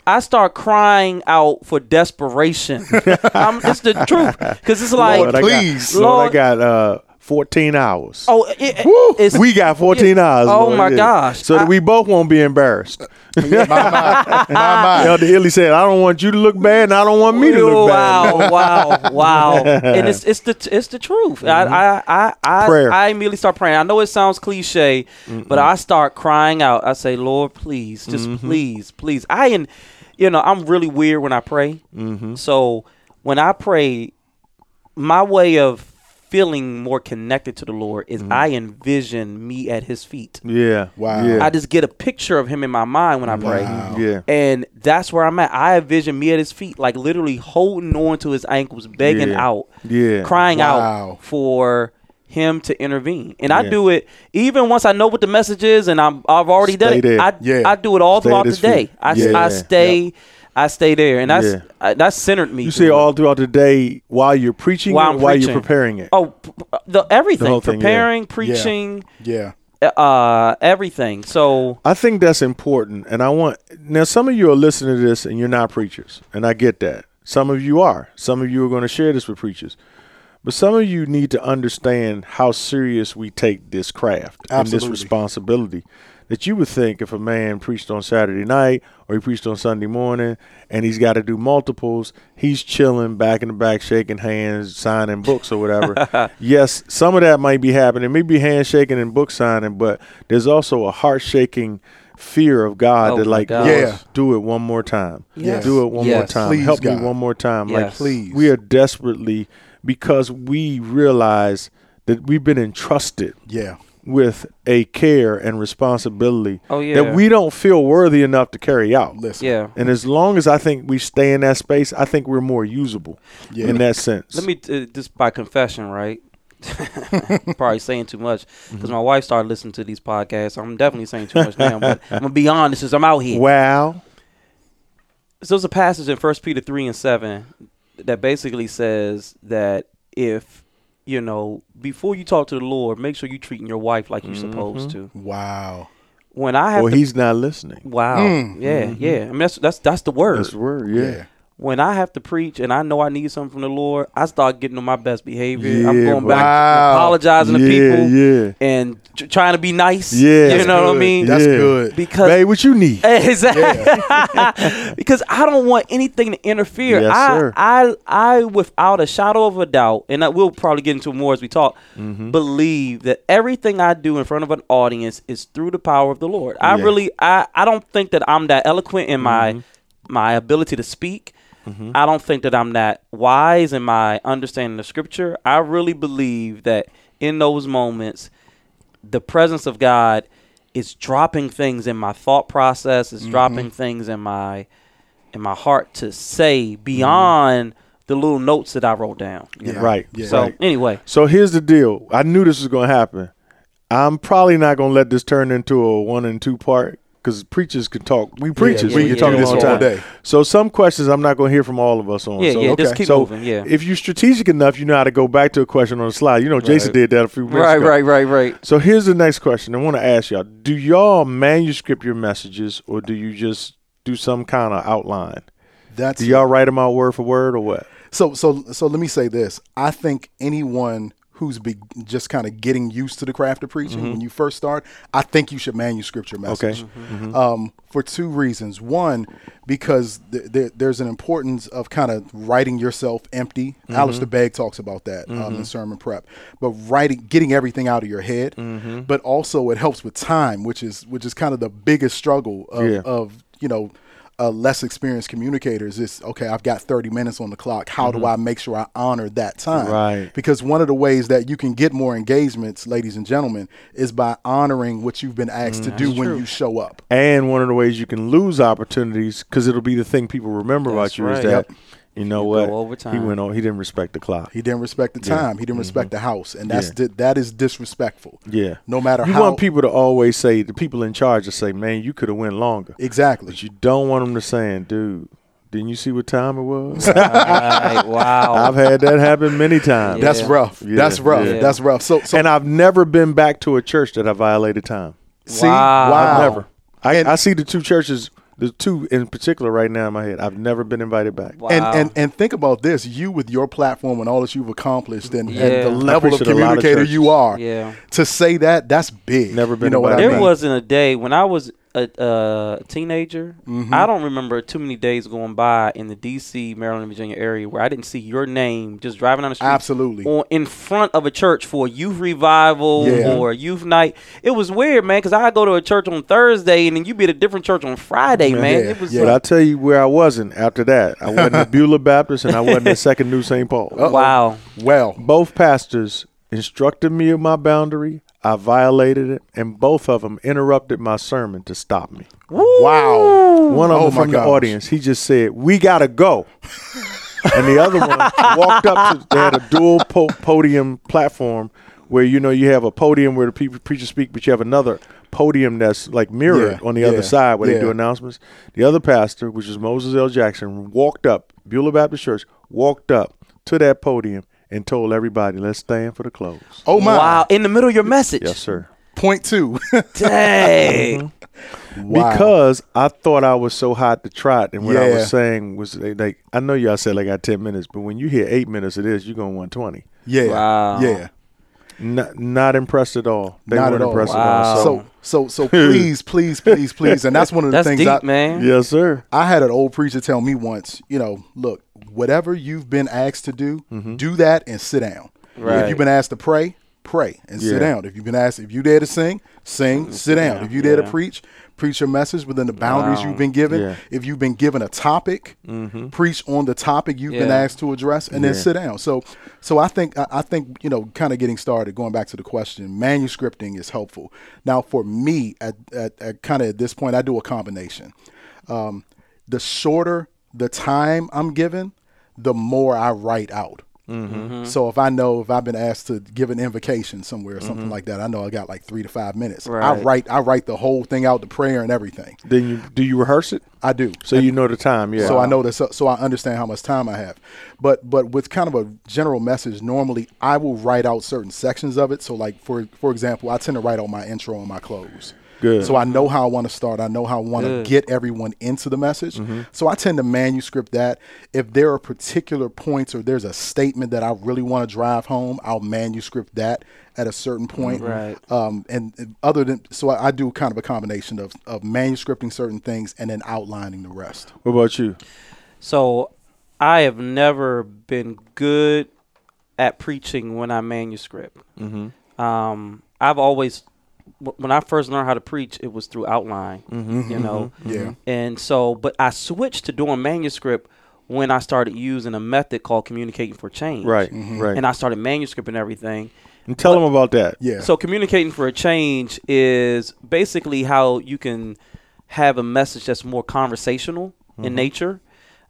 Speaker 2: I start crying out for desperation. I'm, it's the truth because it's like,
Speaker 1: Lord, I got-
Speaker 3: please.
Speaker 1: Lord,
Speaker 2: Lord.
Speaker 1: I got uh, 14 hours.
Speaker 2: oh, it, it-
Speaker 1: Woo!
Speaker 2: it's
Speaker 1: we got 14 hours.
Speaker 2: Oh,
Speaker 1: Lord,
Speaker 2: my gosh.
Speaker 1: So that
Speaker 2: I-
Speaker 1: we both won't be embarrassed.
Speaker 3: my mind. My mind.
Speaker 1: Elder Illy said, "I don't want you to look bad, and I don't want me to
Speaker 2: Oh,
Speaker 1: look bad."
Speaker 2: wow, wow, wow, and it's it's the it's the truth. I I I I,
Speaker 1: Mm-hmm. Prayer.
Speaker 2: I immediately start praying. I know it sounds cliche, but I start crying out. I say, Lord, please, just
Speaker 1: Mm-hmm.
Speaker 2: please, please. I and you know I'm really weird when I pray.
Speaker 1: Mm-hmm.
Speaker 2: So when I pray, my way of feeling more connected to the Lord
Speaker 1: Mm-hmm.
Speaker 2: is I envision me at His feet.
Speaker 1: Yeah.
Speaker 3: Wow.
Speaker 1: Yeah.
Speaker 2: I just get a picture of Him in my mind when I pray.
Speaker 3: Wow.
Speaker 1: yeah.
Speaker 2: And that's where I'm at. I envision me at his feet, like literally holding on to his ankles, begging
Speaker 1: Yeah.
Speaker 2: out,
Speaker 1: Yeah.
Speaker 2: crying
Speaker 3: Wow.
Speaker 2: out for him to intervene. And I
Speaker 1: Yeah.
Speaker 2: do it even once I know what the message is, and I'm I've already
Speaker 1: Stay
Speaker 2: done it.
Speaker 1: there.
Speaker 2: I
Speaker 3: Yeah.
Speaker 2: I do it all
Speaker 1: Stay at
Speaker 2: throughout the
Speaker 1: his feet.
Speaker 2: day. I,
Speaker 1: Yeah.
Speaker 2: I stay I stay there, and that's
Speaker 1: Yeah.
Speaker 2: I, that centered me.
Speaker 1: You see it all throughout the day while you're preaching,
Speaker 2: while
Speaker 1: it,
Speaker 2: I'm
Speaker 1: while you're
Speaker 2: preaching.
Speaker 1: preparing it.
Speaker 2: Oh, p- p- the everything,
Speaker 1: whole thing, yeah.
Speaker 2: preparing,
Speaker 3: Yeah.
Speaker 2: preaching,
Speaker 3: Yeah.
Speaker 2: uh, everything. So
Speaker 1: I think that's important, and I want now. Some of you are listening to this, and you're not preachers, and I get that. Some of you are. Some of you are going to share this with preachers, but some of you need to understand how serious we take this craft and this
Speaker 3: Absolutely.
Speaker 1: responsibility. That you would think if a man preached on Saturday night or he preached on Sunday morning, and he's got to do multiples, he's chilling back in the back, shaking hands, signing books or whatever. yes, some of that might be happening, maybe handshaking and book signing, but there's also a heart shaking fear of God
Speaker 2: Oh,
Speaker 1: that
Speaker 2: my
Speaker 1: like
Speaker 2: gosh.
Speaker 1: Lord,
Speaker 3: Yeah.
Speaker 1: do it one more time.
Speaker 2: Yes.
Speaker 1: Do it one more
Speaker 2: Yes.
Speaker 1: time.
Speaker 3: Please,
Speaker 1: Help
Speaker 3: God.
Speaker 1: me one more time. Like
Speaker 2: Yes.
Speaker 3: Please.
Speaker 1: we are desperately because we realize that we've been entrusted
Speaker 3: Yeah.
Speaker 1: with a care and responsibility
Speaker 2: Oh, yeah.
Speaker 1: that we don't feel worthy enough to carry out.
Speaker 3: Listen.
Speaker 2: Yeah.
Speaker 1: And as long as I think we stay in that space, I think we're more usable
Speaker 3: Yeah.
Speaker 1: in that sense.
Speaker 2: Let me uh, just by confession, right? Probably saying too much
Speaker 1: Mm-hmm.
Speaker 2: because my wife started listening to these podcasts. So I'm definitely saying too much now. But I'm gonna be honest, since I'm out here.
Speaker 1: wow.
Speaker 2: So there's a passage in First Peter three and seven that basically says that if you know before you talk to the Lord, make sure you're treating your wife like you're supposed to.
Speaker 3: Wow.
Speaker 2: When I have
Speaker 1: Mm-hmm. Well,
Speaker 2: to,
Speaker 1: he's not listening.
Speaker 2: wow, yeah, yeah. I mean that's that's that's the word.
Speaker 1: That's the word.
Speaker 3: Yeah.
Speaker 1: Yeah.
Speaker 2: when I have to preach and I know I need something from the Lord, I start getting on my best behavior. I'm
Speaker 1: Yeah,
Speaker 2: going
Speaker 1: bro.
Speaker 2: back,
Speaker 3: Wow.
Speaker 2: apologizing to
Speaker 1: Yeah,
Speaker 2: people,
Speaker 1: yeah.
Speaker 2: and tr- trying to be nice.
Speaker 1: Yeah.
Speaker 2: you
Speaker 1: That's
Speaker 2: know what I
Speaker 3: Good.
Speaker 2: mean.
Speaker 3: That's
Speaker 1: Yeah.
Speaker 3: good.
Speaker 2: because
Speaker 1: Babe, what you need?
Speaker 2: Exactly. because I don't want anything to interfere.
Speaker 1: Yes,
Speaker 2: I,
Speaker 1: sir.
Speaker 2: I, I, without a shadow of a doubt, and I, we'll probably get into it more as we talk,
Speaker 1: Mm-hmm.
Speaker 2: believe that everything I do in front of an audience is through the power of the Lord. I
Speaker 1: Yeah.
Speaker 2: really, I, I don't think that I'm that eloquent in my,
Speaker 1: Mm-hmm.
Speaker 2: my ability to speak. I don't think that I'm that wise in my understanding of Scripture. I really believe that in those moments, the presence of God is dropping things in my thought process, it's dropping things in my in my heart to say beyond the little notes that I wrote down. you know?
Speaker 1: Right.
Speaker 3: Yeah.
Speaker 2: So
Speaker 3: Right.
Speaker 2: anyway,
Speaker 1: So here's the deal. I knew this was going to happen. I'm probably not going to let this turn into a one and two part because preachers can talk. We preachers,
Speaker 2: yeah,
Speaker 1: we can
Speaker 2: yeah, yeah.
Speaker 1: talk
Speaker 2: We
Speaker 1: this
Speaker 2: can
Speaker 1: all
Speaker 2: do this all
Speaker 1: day.
Speaker 3: day.
Speaker 1: So some questions I'm not going to hear from all of us on.
Speaker 2: Yeah,
Speaker 1: so,
Speaker 2: yeah, just keep
Speaker 1: so
Speaker 2: moving, yeah.
Speaker 1: If you're strategic enough, you know how to go back to a question on the slide. You know, Jason
Speaker 2: Right.
Speaker 1: did that a few minutes
Speaker 2: right,
Speaker 1: ago.
Speaker 2: right, right, right.
Speaker 1: So here's the next question I want to ask y'all. Do y'all manuscript your messages or do you just do some kind of outline?
Speaker 3: That's
Speaker 1: Do y'all write them out word for word or what?
Speaker 3: So so so let me say this. I think anyone who's be just kind of getting used to the craft of preaching when you first start, I think you should manuscript your message.
Speaker 1: Mm-hmm. Okay. Mm-hmm.
Speaker 3: Um, for two reasons. One, because th- there there's an importance of kind of writing yourself empty.
Speaker 1: Mm-hmm.
Speaker 3: Alistair Begg talks about that um, in sermon prep. But writing, getting everything out of your head.
Speaker 1: Mm-hmm.
Speaker 3: But also, it helps with time, which is which is kind of the biggest struggle of,
Speaker 1: Yeah.
Speaker 3: of you know uh, less experienced communicators is okay i've got 30 minutes on the clock how do i make sure i honor that time
Speaker 1: Mm-hmm. Right.
Speaker 3: because one of the ways that you can get more engagements ladies and gentlemen is by honoring what you've been asked
Speaker 1: Mm,
Speaker 3: to do when you show up
Speaker 1: And one of the ways you can lose opportunities because it'll be the thing people remember about
Speaker 2: That's
Speaker 1: you is
Speaker 2: right.
Speaker 1: that
Speaker 2: Yep.
Speaker 1: you know
Speaker 2: You
Speaker 1: what
Speaker 2: go
Speaker 1: he
Speaker 2: overtime.
Speaker 1: went on. He didn't respect the clock.
Speaker 3: he didn't respect the time
Speaker 1: Mm-hmm.
Speaker 3: he didn't respect the house and that's di- that is disrespectful
Speaker 1: yeah.
Speaker 3: no matter
Speaker 1: you
Speaker 3: how
Speaker 1: want people to always say the people in charge to say, "Man, you could have went longer,"
Speaker 3: exactly
Speaker 1: but you don't want them to saying, "Dude, didn't you see what time it was?"
Speaker 2: Right, wow.
Speaker 1: I've had that happen many times.
Speaker 3: that's
Speaker 2: Yeah.
Speaker 3: rough
Speaker 1: Yeah,
Speaker 3: that's rough
Speaker 2: yeah.
Speaker 3: that's rough so so
Speaker 1: and I've never been back to a church that I violated time.
Speaker 3: see
Speaker 2: Wow.
Speaker 3: wow
Speaker 1: Never. I,
Speaker 3: And-
Speaker 1: I see the two churches, the two in particular, right now in my head. I've never been invited back.
Speaker 2: Wow.
Speaker 3: And, and and think about this: you with your platform and all that you've accomplished, and,
Speaker 2: Yeah.
Speaker 3: and the
Speaker 2: I
Speaker 3: level of
Speaker 1: appreciate a lot of
Speaker 3: communicator you
Speaker 1: churches.
Speaker 3: are.
Speaker 2: Yeah.
Speaker 3: To say that, that's big.
Speaker 1: Never been
Speaker 3: You know what
Speaker 1: about
Speaker 3: I
Speaker 1: it.
Speaker 2: there
Speaker 3: mean?
Speaker 2: wasn't a day when I was a, a teenager.
Speaker 3: Mm-hmm.
Speaker 2: I don't remember too many days going by in the D.C., Maryland, Virginia area where I didn't see your name just driving down the street,
Speaker 3: Absolutely.
Speaker 2: or in front of a church for a youth revival
Speaker 3: Yeah.
Speaker 2: or a youth night. It was weird, man, because I go to a church on Thursday and then you be at a different church on Friday, man.
Speaker 3: Yeah,
Speaker 2: It was
Speaker 3: yeah.
Speaker 1: But
Speaker 2: like,
Speaker 1: I'll tell you where I wasn't after that. I wasn't at Beulah Baptist and I wasn't at Second New St. Paul.
Speaker 2: wow,
Speaker 3: Well,
Speaker 1: Both pastors instructed me of my boundary. I violated it, and both of them interrupted my sermon to stop me.
Speaker 3: wow.
Speaker 1: One of
Speaker 3: Oh
Speaker 1: them
Speaker 3: my
Speaker 1: from
Speaker 3: gosh.
Speaker 1: the audience, he just said, "We gotta go," and the other one walked up. To, they had a dual po- podium platform where you know you have a podium where the people preachers speak, but you have another podium that's like mirrored
Speaker 3: Yeah,
Speaker 1: on the
Speaker 3: yeah,
Speaker 1: other side where
Speaker 3: yeah.
Speaker 1: they do announcements. The other pastor, which is Moses L. Jackson, walked up Beulah Baptist Church, walked up to that podium and told everybody, "Let's stand for the close."
Speaker 3: Oh my.
Speaker 2: wow, in the middle of your message.
Speaker 1: Yes, sir.
Speaker 3: Point two.
Speaker 2: Dang.
Speaker 3: Wow.
Speaker 1: because I thought I was so hot to trot, and what I
Speaker 3: Yeah.
Speaker 1: was saying was like, like, I know y'all said like I got ten minutes, but when you hear eight minutes of this, you're gonna want twenty.
Speaker 3: yeah.
Speaker 2: Wow.
Speaker 3: Yeah.
Speaker 1: Not, not impressed at all. They
Speaker 3: Not
Speaker 1: weren't
Speaker 3: at all.
Speaker 1: impressed at
Speaker 2: Wow.
Speaker 1: all. So,
Speaker 3: So so so please please please please, and that's one of the
Speaker 2: That's
Speaker 3: things
Speaker 2: deep,
Speaker 3: I,
Speaker 2: man.
Speaker 1: yes, sir.
Speaker 3: I had an old preacher tell me once, you know, look, whatever you've been asked to do, do that and sit down.
Speaker 2: Right.
Speaker 3: If you've been asked to pray, pray and sit
Speaker 1: Yeah.
Speaker 3: down. If you've been asked, if you dare to sing, sing, sit down. If you dare to
Speaker 2: Yeah.
Speaker 3: preach, preach your message within the boundaries you've been given.
Speaker 1: Yeah.
Speaker 3: If you've been given a topic, preach on the topic you've been
Speaker 2: Yeah.
Speaker 3: asked to address, and then sit down. So, so I think I, I think you know, kind of getting started. Going back to the question, manuscripting is helpful. Now, for me, at at, at kind of at this point, I do a combination. Um, the shorter the time I'm given, the more I write out. So if I know if I've been asked to give an invocation somewhere or something like that, I know I got like three to five minutes. I
Speaker 2: Right.
Speaker 3: write I write the whole thing out, the prayer and everything.
Speaker 1: Then you do you rehearse it?
Speaker 3: I do.
Speaker 1: So you know the time, yeah.
Speaker 3: So I know that. So, so I understand how much time I have. But but with kind of a general message, normally I will write out certain sections of it. So like for for example, I tend to write out my intro and my close.
Speaker 1: Good.
Speaker 3: So I know how I want to start. I know how I want to
Speaker 2: Good. Mm-hmm.
Speaker 3: get everyone into the message. So I tend to manuscript that. If there are particular points or there's a statement that I really want to drive home, I'll manuscript that at a certain point.
Speaker 2: Right.
Speaker 3: Um, and and other than so, I, I do kind of a combination of of manuscripting certain things and then outlining the rest.
Speaker 1: What about you?
Speaker 2: So I have never been good at preaching when I manuscript. Mm-hmm. Um, I've always, wh- when I first learned how to preach, it was through outline, you know.
Speaker 3: Yeah.
Speaker 2: And so, but I switched to doing manuscript when I started using a method called communicating for change.
Speaker 1: Right, Mhm. right.
Speaker 2: And I started manuscripting everything.
Speaker 1: And tell them about that.
Speaker 3: Yeah.
Speaker 2: So communicating for a change is basically how you can have a message that's more conversational
Speaker 3: Mm-hmm.
Speaker 2: in nature.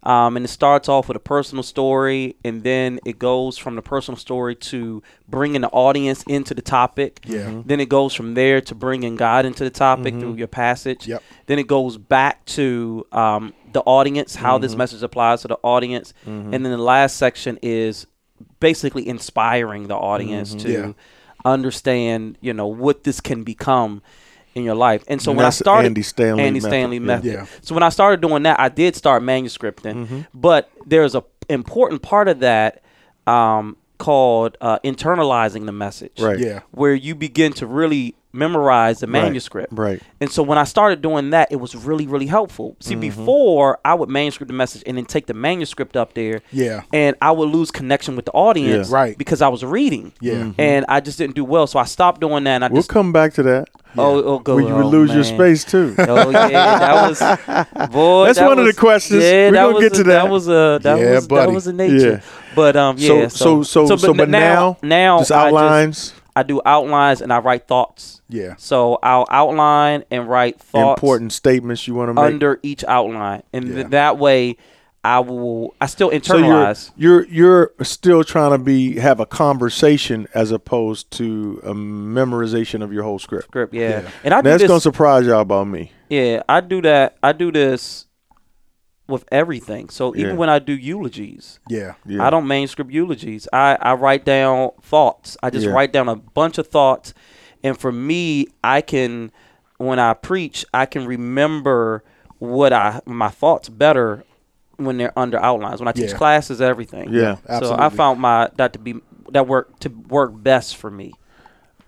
Speaker 2: Um, and it starts off with a personal story, and then it goes from the personal story to bringing the audience into the topic.
Speaker 3: Yeah. Mhm.
Speaker 2: Then it goes from there to bringing God into the topic through your passage.
Speaker 3: Yep.
Speaker 2: Then it goes back to um, the audience, how
Speaker 3: Mm-hmm.
Speaker 2: this message applies to the audience. And then the last section is basically inspiring the audience to
Speaker 3: Yeah.
Speaker 2: understand, you know, what this can become in your life. And so
Speaker 1: And
Speaker 2: when I
Speaker 1: that's the
Speaker 2: started
Speaker 1: Andy Stanley
Speaker 2: Andy
Speaker 1: method.
Speaker 2: Stanley
Speaker 1: Yeah. Mm-hmm.
Speaker 2: method.
Speaker 3: Yeah.
Speaker 2: So when I started doing that, I did start manuscripting, but there's a important part of that um, called uh, internalizing the message,
Speaker 1: Right.
Speaker 3: Yeah.
Speaker 2: Where you begin to really memorize the manuscript,
Speaker 1: right. Mm-hmm.
Speaker 2: And so when I started doing that, it was really, really helpful. See, before I would manuscript the message and then take the manuscript up there,
Speaker 3: Yeah.
Speaker 2: and I would lose connection with the audience,
Speaker 3: Yeah. Right.
Speaker 2: Because I was reading,
Speaker 3: Yeah.
Speaker 1: Mm-hmm.
Speaker 3: Mhm.
Speaker 2: and I just didn't do well, so I stopped doing that. And I
Speaker 1: We'll
Speaker 2: just
Speaker 1: come back to that.
Speaker 2: oh, oh, go,
Speaker 1: Where you
Speaker 2: oh,
Speaker 1: would lose your
Speaker 2: man.
Speaker 1: space too.
Speaker 2: Oh yeah, that was boy.
Speaker 1: That's
Speaker 2: that
Speaker 1: one of the
Speaker 2: was-
Speaker 1: questions.
Speaker 2: Yeah,
Speaker 1: We're
Speaker 2: that
Speaker 1: gonna
Speaker 2: was
Speaker 1: get
Speaker 2: a-
Speaker 1: to that.
Speaker 2: was a that
Speaker 3: Yeah,
Speaker 2: was
Speaker 3: buddy.
Speaker 2: that was a nature. But um,
Speaker 1: So,
Speaker 2: yeah.
Speaker 1: so, so, so, but,
Speaker 2: n-
Speaker 1: now,
Speaker 2: now
Speaker 1: just
Speaker 2: I
Speaker 1: outlines
Speaker 2: I do outlines and I write thoughts.
Speaker 3: Yeah.
Speaker 2: So I'll outline and write thoughts
Speaker 1: important statements you want to make.
Speaker 2: under each outline, and th-
Speaker 3: Yeah.
Speaker 2: that way I will I still
Speaker 1: so you're,
Speaker 2: internalize.
Speaker 1: you're you're still trying to be have a conversation as opposed to a memorization of your whole script.
Speaker 2: script, yeah. and I do
Speaker 1: That's
Speaker 2: this.
Speaker 1: gonna surprise y'all about me.
Speaker 2: Yeah, I do that. I do this with everything. So even
Speaker 1: Yeah.
Speaker 2: when I do eulogies,
Speaker 3: Yeah.
Speaker 1: Yeah.
Speaker 2: I don't manuscript eulogies. I, I write down thoughts. I just
Speaker 1: Yeah.
Speaker 2: write down a bunch of thoughts. And for me, I can, when I preach, I can remember what I, my thoughts better when they're under outlines. When I teach
Speaker 3: Yeah.
Speaker 2: classes, everything.
Speaker 1: Yeah.
Speaker 2: So I
Speaker 3: Absolutely.
Speaker 2: found my, that to be, that work to work best for me.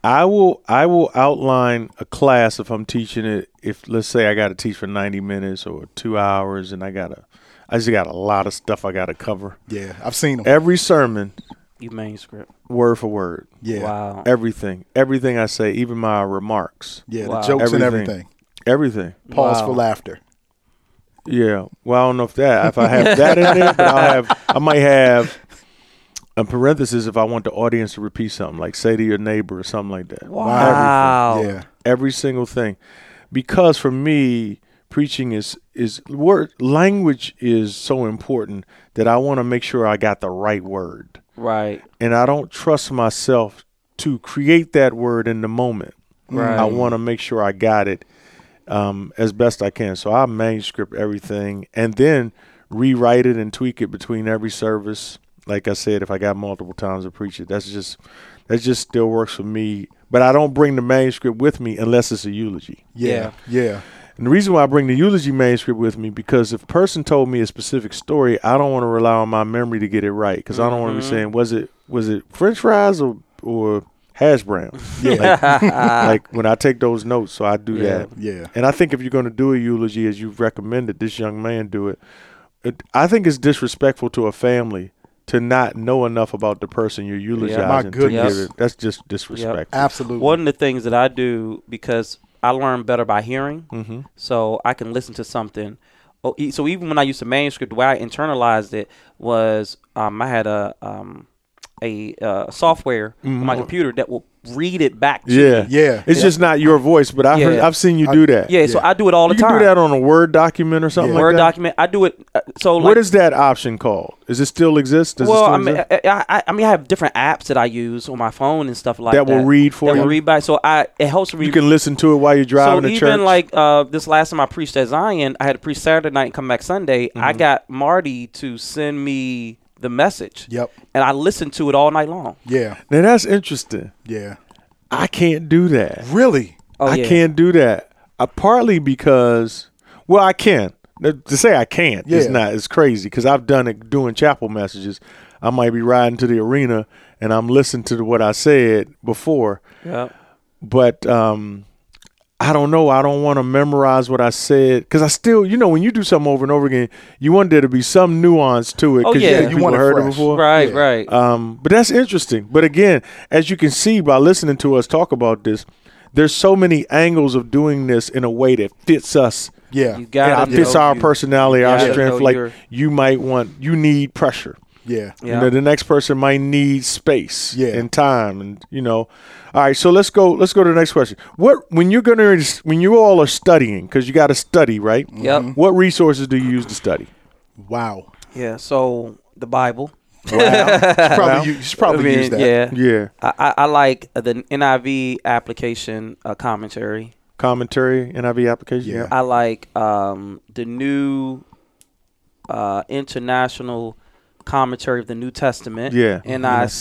Speaker 1: I will I will outline a class if I'm teaching it. If let's say I got to teach for 90 minutes or two hours, and I gotta I just got a lot of stuff I gotta cover.
Speaker 3: Yeah. I've seen them.
Speaker 1: Every sermon,
Speaker 2: You manuscript.
Speaker 1: word for word,
Speaker 3: Yeah.
Speaker 2: Wow.
Speaker 1: everything, everything I say, even my remarks,
Speaker 3: Yeah.
Speaker 2: Wow.
Speaker 3: The jokes and
Speaker 1: Everything.
Speaker 3: everything.
Speaker 1: everything.
Speaker 3: Pause for
Speaker 2: Wow.
Speaker 3: laughter.
Speaker 1: Yeah. Well, I don't know if that if I have that in there, but I'll have I might have a parenthesis if I want the audience to repeat something, like say to your neighbor or something like that.
Speaker 2: Wow.
Speaker 3: Yeah.
Speaker 1: Every single thing, because for me, preaching is is word language is so important that I want to make sure I got the right word,
Speaker 2: Right.
Speaker 1: and I don't trust myself to create that word in the moment.
Speaker 2: Right.
Speaker 1: I want to make sure I got it um, as best I can. So I manuscript everything and then rewrite it and tweak it between every service. Like I said, if I got multiple times to preach it, that's just that just still works for me. But I don't bring the manuscript with me unless it's a eulogy.
Speaker 3: Yeah. Yeah.
Speaker 1: And the reason why I bring the eulogy manuscript with me because if a person told me a specific story, I don't want to rely on my memory to get it right because I don't want to
Speaker 2: Mm-hmm.
Speaker 1: be saying was it was it French fries or or hash brown. Like, like when I take those notes, so I do
Speaker 2: Yeah.
Speaker 1: that.
Speaker 3: Yeah.
Speaker 1: And I think if you're going to do a eulogy as you've recommended, this young man do it. it I think it's disrespectful to a family to not know enough about the person you're eulogizing.
Speaker 2: My
Speaker 1: to
Speaker 3: goodness.
Speaker 1: give it- that's just disrespectful.
Speaker 3: Absolutely.
Speaker 2: One of the things that I do because I learn better by hearing,
Speaker 1: Mm-hmm.
Speaker 2: so I can listen to something. Oh, e- so even when I used to manuscript, the way I internalized it was um, I had a um, a uh, software on my computer that will read it back to
Speaker 1: Mm-hmm. Yeah,
Speaker 2: me.
Speaker 3: Yeah.
Speaker 1: It's just not your voice, but I've heard,
Speaker 2: Yeah.
Speaker 1: I've seen you do that.
Speaker 2: Yeah, so I do it all the
Speaker 1: you can
Speaker 2: time.
Speaker 1: do that on a Word document or something.
Speaker 3: Yeah.
Speaker 1: Like
Speaker 2: Word
Speaker 1: that?
Speaker 2: document. I do it. Uh, so like,
Speaker 1: what is that option called? Is it still exist? Does it
Speaker 2: well,
Speaker 1: still
Speaker 2: I mean,
Speaker 1: exist?
Speaker 2: I, I, I- I mean, I have different apps that I use on my phone and stuff like
Speaker 1: That
Speaker 2: that.
Speaker 1: will read for
Speaker 2: that
Speaker 1: you?
Speaker 2: Will read back. So I it helps me.
Speaker 1: you can listen to it while you're
Speaker 2: so
Speaker 1: driving
Speaker 2: even
Speaker 1: to church.
Speaker 2: like uh, this last time I preached at Zion, I had to preach Saturday night and come back Sunday. I got Marty to send me the message.
Speaker 3: Yep.
Speaker 2: And I listened to it all night long.
Speaker 3: yeah.
Speaker 1: now that's interesting.
Speaker 3: Yeah.
Speaker 1: I can't do that.
Speaker 3: Really?
Speaker 2: Oh,
Speaker 1: I
Speaker 2: yeah.
Speaker 1: can't do that. I, partly because, well, I can. Th- To say I can't is
Speaker 3: Yeah.
Speaker 1: not is crazy because I've done it doing chapel messages. I might be riding to the arena and I'm listening to what I said before,
Speaker 2: Yep.
Speaker 1: but um, I don't know. I don't want to memorize what I said because I still, you know, when you do something over and over again, you want there to be some nuance to it
Speaker 2: Oh,
Speaker 1: because
Speaker 2: yeah.
Speaker 1: you,
Speaker 2: You
Speaker 1: think people
Speaker 3: want it
Speaker 1: heard it
Speaker 3: fresh.
Speaker 1: before,
Speaker 2: Right. Right.
Speaker 1: um, but that's interesting. But again, as you can see by listening to us talk about this, there's so many angles of doing this in a way that fits us.
Speaker 3: Yeah.
Speaker 2: you
Speaker 1: Yeah,
Speaker 2: got
Speaker 1: fits our personality, our
Speaker 2: gotta
Speaker 1: strength.
Speaker 2: know
Speaker 1: Like
Speaker 2: your-
Speaker 1: you might want, you need pressure.
Speaker 3: yeah.
Speaker 1: You
Speaker 2: Yeah.
Speaker 1: know, the next person might need space
Speaker 3: Yeah.
Speaker 1: and time, and you know. All right, so let's go. Let's go to the next question. What when you're gonna when you all are studying because you got to study, right?
Speaker 2: Yep. Mm-hmm.
Speaker 1: What resources do you use to study?
Speaker 3: Wow.
Speaker 2: Yeah. So the Bible.
Speaker 3: You should probably, u- you should probably
Speaker 2: I mean,
Speaker 3: use that.
Speaker 2: Yeah.
Speaker 1: Yeah,
Speaker 2: I, I, I like the NIV application uh, commentary.
Speaker 1: commentary, NIV application.
Speaker 3: Yeah.
Speaker 2: I like um, the new uh, international commentary of the New Testament.
Speaker 1: Yeah.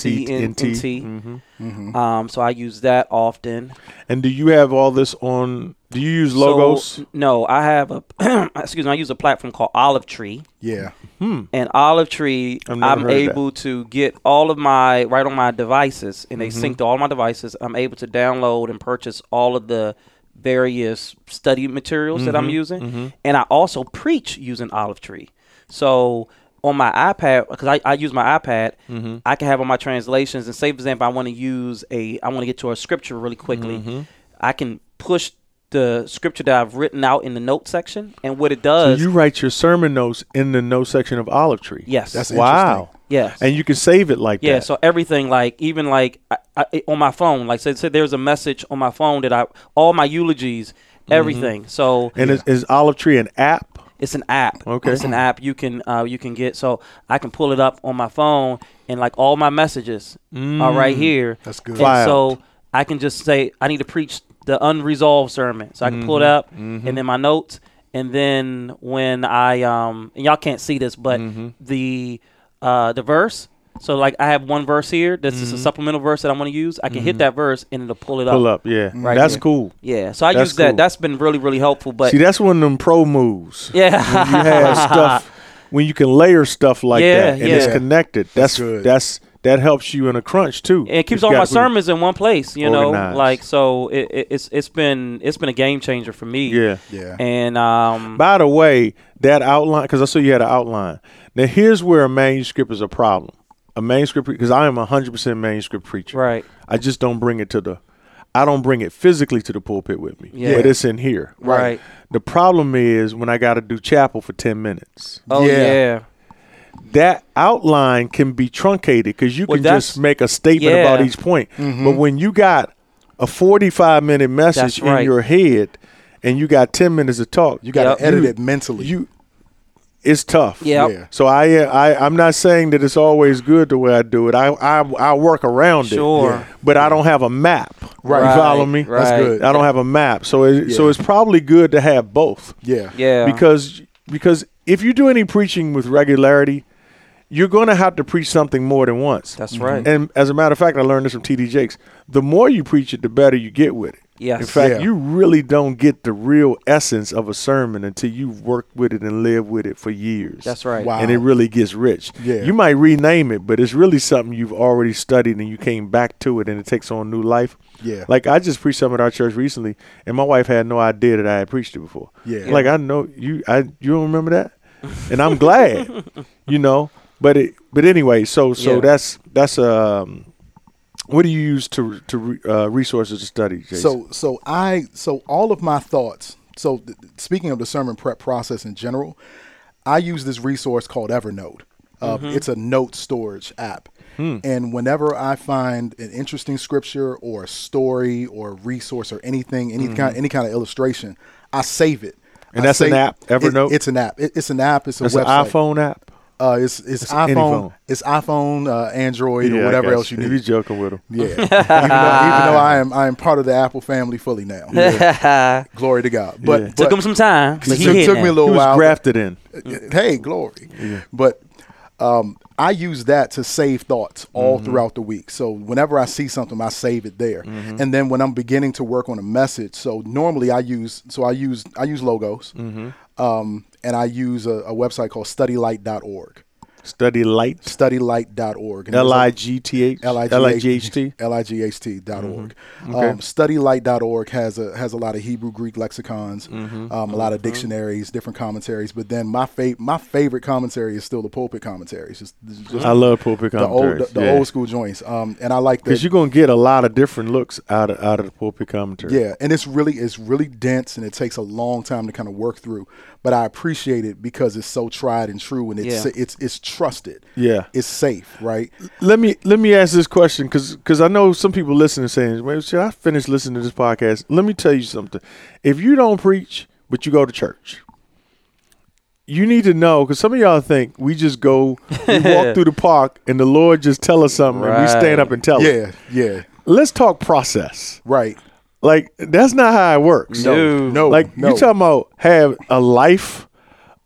Speaker 2: N-I-C-N-T.
Speaker 1: Mm-hmm.
Speaker 2: Um, so I use that often.
Speaker 1: And do you have all this on? Do you use
Speaker 2: So,
Speaker 1: logos?
Speaker 2: no, I have a, excuse me, I use a platform called Olive Tree.
Speaker 3: Yeah.
Speaker 2: And Olive Tree,
Speaker 1: I've never
Speaker 2: I'm
Speaker 1: heard of that.
Speaker 2: able to get all of my, right on my devices, and they
Speaker 1: Mm-hmm.
Speaker 2: sync to all my devices. I'm able to download and purchase all of the various study materials that
Speaker 1: Mm-hmm.
Speaker 2: I'm using. And I also preach using Olive Tree. So on my iPad, because I, I use my iPad,
Speaker 1: Mm-hmm.
Speaker 2: I can have on my translations. And say, for example, I want to use a, I want to get to a scripture really quickly.
Speaker 1: Mm-hmm.
Speaker 2: I can push the scripture that I've written out in the note section. And what it
Speaker 1: So
Speaker 2: does,
Speaker 1: you write your sermon notes in the note section of Olive Tree.
Speaker 2: yes.
Speaker 3: That's
Speaker 1: Wow.
Speaker 2: Yes.
Speaker 1: And you can save it like
Speaker 2: Yeah,
Speaker 1: that.
Speaker 2: so everything, like even like I, I, it- on my phone, like say, say there's a message on my phone that I all my eulogies,
Speaker 1: Mm-hmm.
Speaker 2: everything. So
Speaker 1: and is, is Olive Tree an app?
Speaker 2: it's an app.
Speaker 1: Okay.
Speaker 2: it's an app you can uh, you can get. So I can pull it up on my phone and like all my messages are
Speaker 1: Mm.
Speaker 2: right here.
Speaker 3: That's good.
Speaker 2: And
Speaker 1: Filed.
Speaker 2: so I can just say I need to preach the unresolved sermon. So I can
Speaker 1: Mm-hmm.
Speaker 2: pull it up and then my notes. And then when I um and y'all can't see this, but
Speaker 1: Mm-hmm.
Speaker 2: the uh the verse. So like I have one verse here. This is a supplemental verse that I want to use. I can hit that verse and it'll pull it up.
Speaker 1: Mm-hmm. Pull up. Yeah.
Speaker 2: Right
Speaker 1: that's
Speaker 2: there.
Speaker 1: cool.
Speaker 2: Yeah. So I
Speaker 1: That's
Speaker 2: use that.
Speaker 1: cool.
Speaker 2: That's been really really helpful. But
Speaker 1: See, that's one of them pro moves.
Speaker 2: yeah.
Speaker 1: When you have stuff, when you can layer stuff like
Speaker 2: Yeah,
Speaker 1: that and it's
Speaker 2: yeah.
Speaker 1: connected. That's
Speaker 3: That's good.
Speaker 1: that's that helps you in a crunch too.
Speaker 2: And it keeps
Speaker 1: It's
Speaker 2: all
Speaker 1: got
Speaker 2: my
Speaker 1: to be-
Speaker 2: sermons in one place, you
Speaker 1: Organized.
Speaker 2: know. Like so, it, it, it's it's been it's been a game changer for me.
Speaker 1: Yeah.
Speaker 3: Yeah.
Speaker 2: And um,
Speaker 1: By the way, that outline, because I saw you had an outline. Now, here's where a manuscript is a problem. A manuscript, because I am a 100% manuscript preacher.
Speaker 2: Right.
Speaker 1: I just don't bring it to the, I don't bring it physically to the pulpit with me.
Speaker 2: Yeah.
Speaker 1: But it's in here.
Speaker 2: Right.
Speaker 1: The problem is when I got to do chapel for 10 minutes.
Speaker 2: oh
Speaker 3: Yeah.
Speaker 2: yeah.
Speaker 1: That outline can be truncated because you
Speaker 2: Well,
Speaker 1: can
Speaker 2: that's-
Speaker 1: just make a statement
Speaker 2: yeah. Mm-hmm.
Speaker 1: about each point. But when you got a 45 minute message
Speaker 2: That's right.
Speaker 1: in your head and you got 10 minutes to talk,
Speaker 3: You got
Speaker 2: Yep.
Speaker 3: to edit
Speaker 1: You-
Speaker 3: it mentally.
Speaker 1: you it's tough.
Speaker 2: Yep.
Speaker 3: Yeah.
Speaker 1: So I, I I'm not saying that it's always good the way I do it. I I, I work around it.
Speaker 2: Sure. Yeah.
Speaker 1: But I don't have a map.
Speaker 3: Right.
Speaker 1: You follow
Speaker 2: Right,
Speaker 1: me?
Speaker 2: That's
Speaker 3: right. good.
Speaker 1: I don't have a map. So it, so it's probably good to have both.
Speaker 3: yeah.
Speaker 2: Yeah.
Speaker 1: Because because if you do any preaching with regularity, you're going to have to preach something more than once.
Speaker 2: That's right.
Speaker 1: And as a matter of fact, I learned this from TD Jakes. The more you preach it, the better you get with it.
Speaker 2: Yes.
Speaker 1: In fact,
Speaker 3: Yeah.
Speaker 1: you really don't get the real essence of a sermon until you work with it and live with it for years.
Speaker 2: That's right.
Speaker 3: Wow.
Speaker 1: And it really gets rich.
Speaker 3: Uh, Yeah.
Speaker 1: You might rename it, but it's really something you've already studied and you came back to it and it takes on new life.
Speaker 3: Yeah.
Speaker 1: Like I just preached something at our church recently and my wife had no idea that I had preached it before.
Speaker 3: Yeah.
Speaker 1: Like I know you I you don't remember that? And I'm glad. you know, But it, but anyway, so so
Speaker 2: Yeah.
Speaker 1: that's that's um, what do you use to to re- uh, resources to study? Jason?
Speaker 3: So so I so all of my thoughts. So th- th- speaking of the sermon prep process in general, I use this resource called Evernote. Uh,
Speaker 1: Mm-hmm.
Speaker 3: It's a note storage app.
Speaker 1: Hmm.
Speaker 3: And whenever I find an interesting scripture or a story or a resource or anything, any kind any kind of illustration, I save it.
Speaker 1: Hmm. And
Speaker 3: I
Speaker 1: that's an app,
Speaker 3: it-
Speaker 1: Evernote?
Speaker 3: it's an app. It- it's an app. It's a
Speaker 1: that's an
Speaker 3: website.
Speaker 1: iPhone app.
Speaker 3: Uh, it's it's,
Speaker 1: any
Speaker 3: iPhone.
Speaker 1: phone.
Speaker 3: It's iPhone, uh, Android,
Speaker 1: I
Speaker 3: or whatever
Speaker 1: guess.
Speaker 3: else you need.
Speaker 1: You joking with them?
Speaker 3: Yeah. even, though, even though I am I am part of the Apple family fully now. Glory to God. But,
Speaker 1: Yeah.
Speaker 3: but-
Speaker 2: Took him some time, but
Speaker 3: it
Speaker 2: he
Speaker 3: took,
Speaker 2: hit
Speaker 3: took me a
Speaker 2: now.
Speaker 1: He
Speaker 3: little
Speaker 1: was
Speaker 3: while. uh,
Speaker 1: grafted in.
Speaker 3: Hey, glory. But um, I use that to save thoughts
Speaker 1: Mm-hmm.
Speaker 3: all throughout the week. So whenever I see something, I save it there.
Speaker 1: Mm-hmm.
Speaker 3: And then when I'm beginning to work on a message, so normally I use so I use I use logos,
Speaker 1: Mm-hmm.
Speaker 3: um, and I use a, a website called StudyLight.org.
Speaker 1: Study light.
Speaker 3: StudyLight.org. And there's a-
Speaker 1: L i g t h l i g h t. Mm-hmm.
Speaker 3: L-I-G-H-T dot org. Um, StudyLight.org has a has a lot of Hebrew Greek lexicons,
Speaker 1: Mm-hmm.
Speaker 3: um, a lot of dictionaries, different commentaries. But then my fav- my favorite commentary is still the pulpit commentaries. It's just
Speaker 1: I love pulpit
Speaker 3: the old
Speaker 1: commentaries.
Speaker 3: the, the old school joints. Um, and I like the
Speaker 1: because you're gonna get a lot of different looks out of out of the pulpit commentary.
Speaker 3: Yeah, and it's really it's really dense and it takes a long time to kind of work through. But I appreciate it because it's so tried and true and it's
Speaker 2: Yeah.
Speaker 3: it's it's trusted.
Speaker 1: Yeah.
Speaker 3: It's safe, right?
Speaker 1: Let me let me ask this question because I know some people listening saying, "Well, should I finish listening to this podcast?" Let me tell you something. If you don't preach but you go to church, you need to know because some of y'all think we just go, we walk through the park, and the Lord just tell us something, and we stand
Speaker 2: Right.
Speaker 1: up and tell it.
Speaker 3: Yeah, yeah.
Speaker 1: Let's talk process.
Speaker 3: Right.
Speaker 1: Like that's not how it works.
Speaker 2: No.
Speaker 3: No.
Speaker 1: Like
Speaker 3: no.
Speaker 1: you talking about have a life,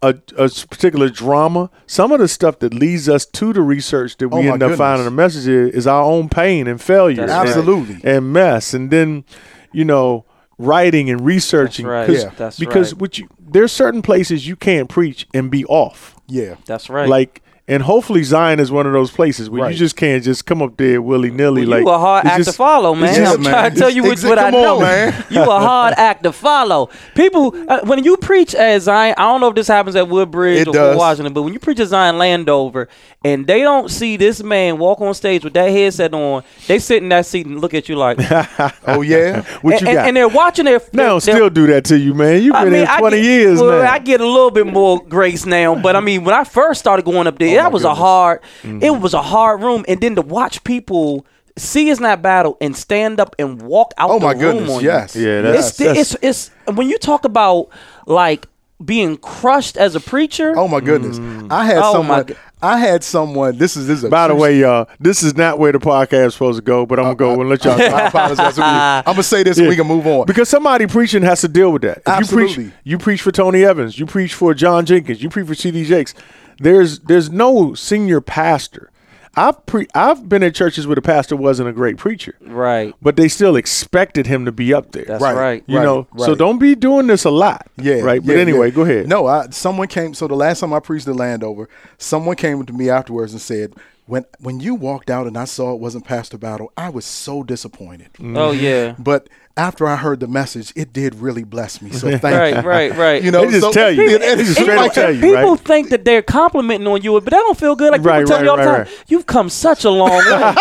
Speaker 1: a, a s- particular drama. Some of the stuff that leads us to the research that we
Speaker 3: Oh, my
Speaker 1: end up
Speaker 3: goodness.
Speaker 1: finding the message is, is our own pain and failure,
Speaker 2: That's
Speaker 1: and-
Speaker 3: Absolutely.
Speaker 1: and mess, and then you know writing and researching.
Speaker 2: right.
Speaker 1: 'cause-
Speaker 2: Yeah. That's
Speaker 1: because
Speaker 2: right.
Speaker 1: what you there's certain places you can't preach and be off
Speaker 3: Yeah.
Speaker 2: That's right.
Speaker 1: like. And hopefully Zion is one of those places where
Speaker 3: Right.
Speaker 1: you just can't just come up there willy nilly.
Speaker 2: you
Speaker 1: like
Speaker 2: a hard
Speaker 1: it's
Speaker 2: act to
Speaker 1: just-
Speaker 2: follow, man.
Speaker 3: just-
Speaker 2: I'm
Speaker 3: man.
Speaker 2: trying to tell you what,
Speaker 3: Exa-
Speaker 2: what I
Speaker 3: come on,
Speaker 2: know.
Speaker 3: man.
Speaker 2: you a hard act to follow. People, uh, when you preach at Zion, I don't know if this happens at Woodbridge
Speaker 3: It
Speaker 2: or
Speaker 3: does.
Speaker 2: Washington, but when you preach at Zion Landover and they don't see this man walk on stage with that headset on, they sit in that seat and look at you like, and,
Speaker 3: Oh yeah.
Speaker 1: What you
Speaker 2: and-
Speaker 1: got?
Speaker 2: and they're watching their.
Speaker 1: They
Speaker 2: their-
Speaker 1: don't still do that to you, man. You've been
Speaker 2: I mean,
Speaker 1: there
Speaker 2: I
Speaker 1: 20
Speaker 2: get-
Speaker 1: years
Speaker 2: well,
Speaker 1: now.
Speaker 2: I get a little bit more grace now, but I mean, when I first started going up
Speaker 3: Oh
Speaker 2: there, that was a hard. It
Speaker 3: Mm-hmm.
Speaker 2: was a hard room, and then to watch people see it's not battle and stand up and walk out.
Speaker 3: Oh
Speaker 2: the
Speaker 3: my
Speaker 2: room
Speaker 3: goodness,
Speaker 2: on
Speaker 3: yes.
Speaker 2: you.
Speaker 1: Yeah,
Speaker 2: it's,
Speaker 1: that's-
Speaker 2: it's it's when you talk about like being crushed as a preacher.
Speaker 3: Oh my goodness.
Speaker 1: Mm.
Speaker 3: I had
Speaker 2: Oh, my
Speaker 3: someone
Speaker 2: go-
Speaker 3: I had someone this is this is a
Speaker 1: By the
Speaker 3: true
Speaker 1: way, y'all, this is not where the podcast is supposed to go, but I'm gonna go and let y'all.
Speaker 3: story. I apologize. I'm gonna say this and Uh, we can move on.
Speaker 1: Because somebody preaching has to deal with that. If You
Speaker 3: Absolutely.
Speaker 1: preach, you preach for Tony Evans. You preach for John Jenkins. You preach for C.D. Jakes. There's there's no senior pastor. I've pre- I've been at churches where the pastor wasn't a great preacher,
Speaker 2: right.
Speaker 1: but they still expected him to be up there.
Speaker 2: That's
Speaker 3: Right.
Speaker 2: right.
Speaker 1: You
Speaker 3: Right,
Speaker 1: know, so
Speaker 3: right.
Speaker 1: don't be doing this a lot.
Speaker 3: Yeah.
Speaker 1: Right. But
Speaker 3: yeah,
Speaker 1: anyway,
Speaker 3: yeah.
Speaker 1: go ahead.
Speaker 3: No, I, someone came. So the last time I preached at Landover, someone came to me afterwards and said, "When when you walked out and I saw it wasn't Pastor Battle, I was so disappointed.
Speaker 1: Mm.
Speaker 2: Oh yeah.
Speaker 3: But after I heard the message, it did really bless me. So thank you.
Speaker 2: Right, right, right.
Speaker 3: You know,
Speaker 1: They just
Speaker 3: so-
Speaker 1: tell you.
Speaker 3: and- and-
Speaker 1: They just
Speaker 3: and
Speaker 1: straight up
Speaker 3: like-
Speaker 1: tell you.
Speaker 2: people
Speaker 1: right?
Speaker 2: think that they're complimenting on you, but that don't feel good. Like
Speaker 1: Right,
Speaker 2: people tell
Speaker 1: right,
Speaker 2: me all the
Speaker 1: right,
Speaker 2: time,
Speaker 1: right.
Speaker 2: you've come such a long way.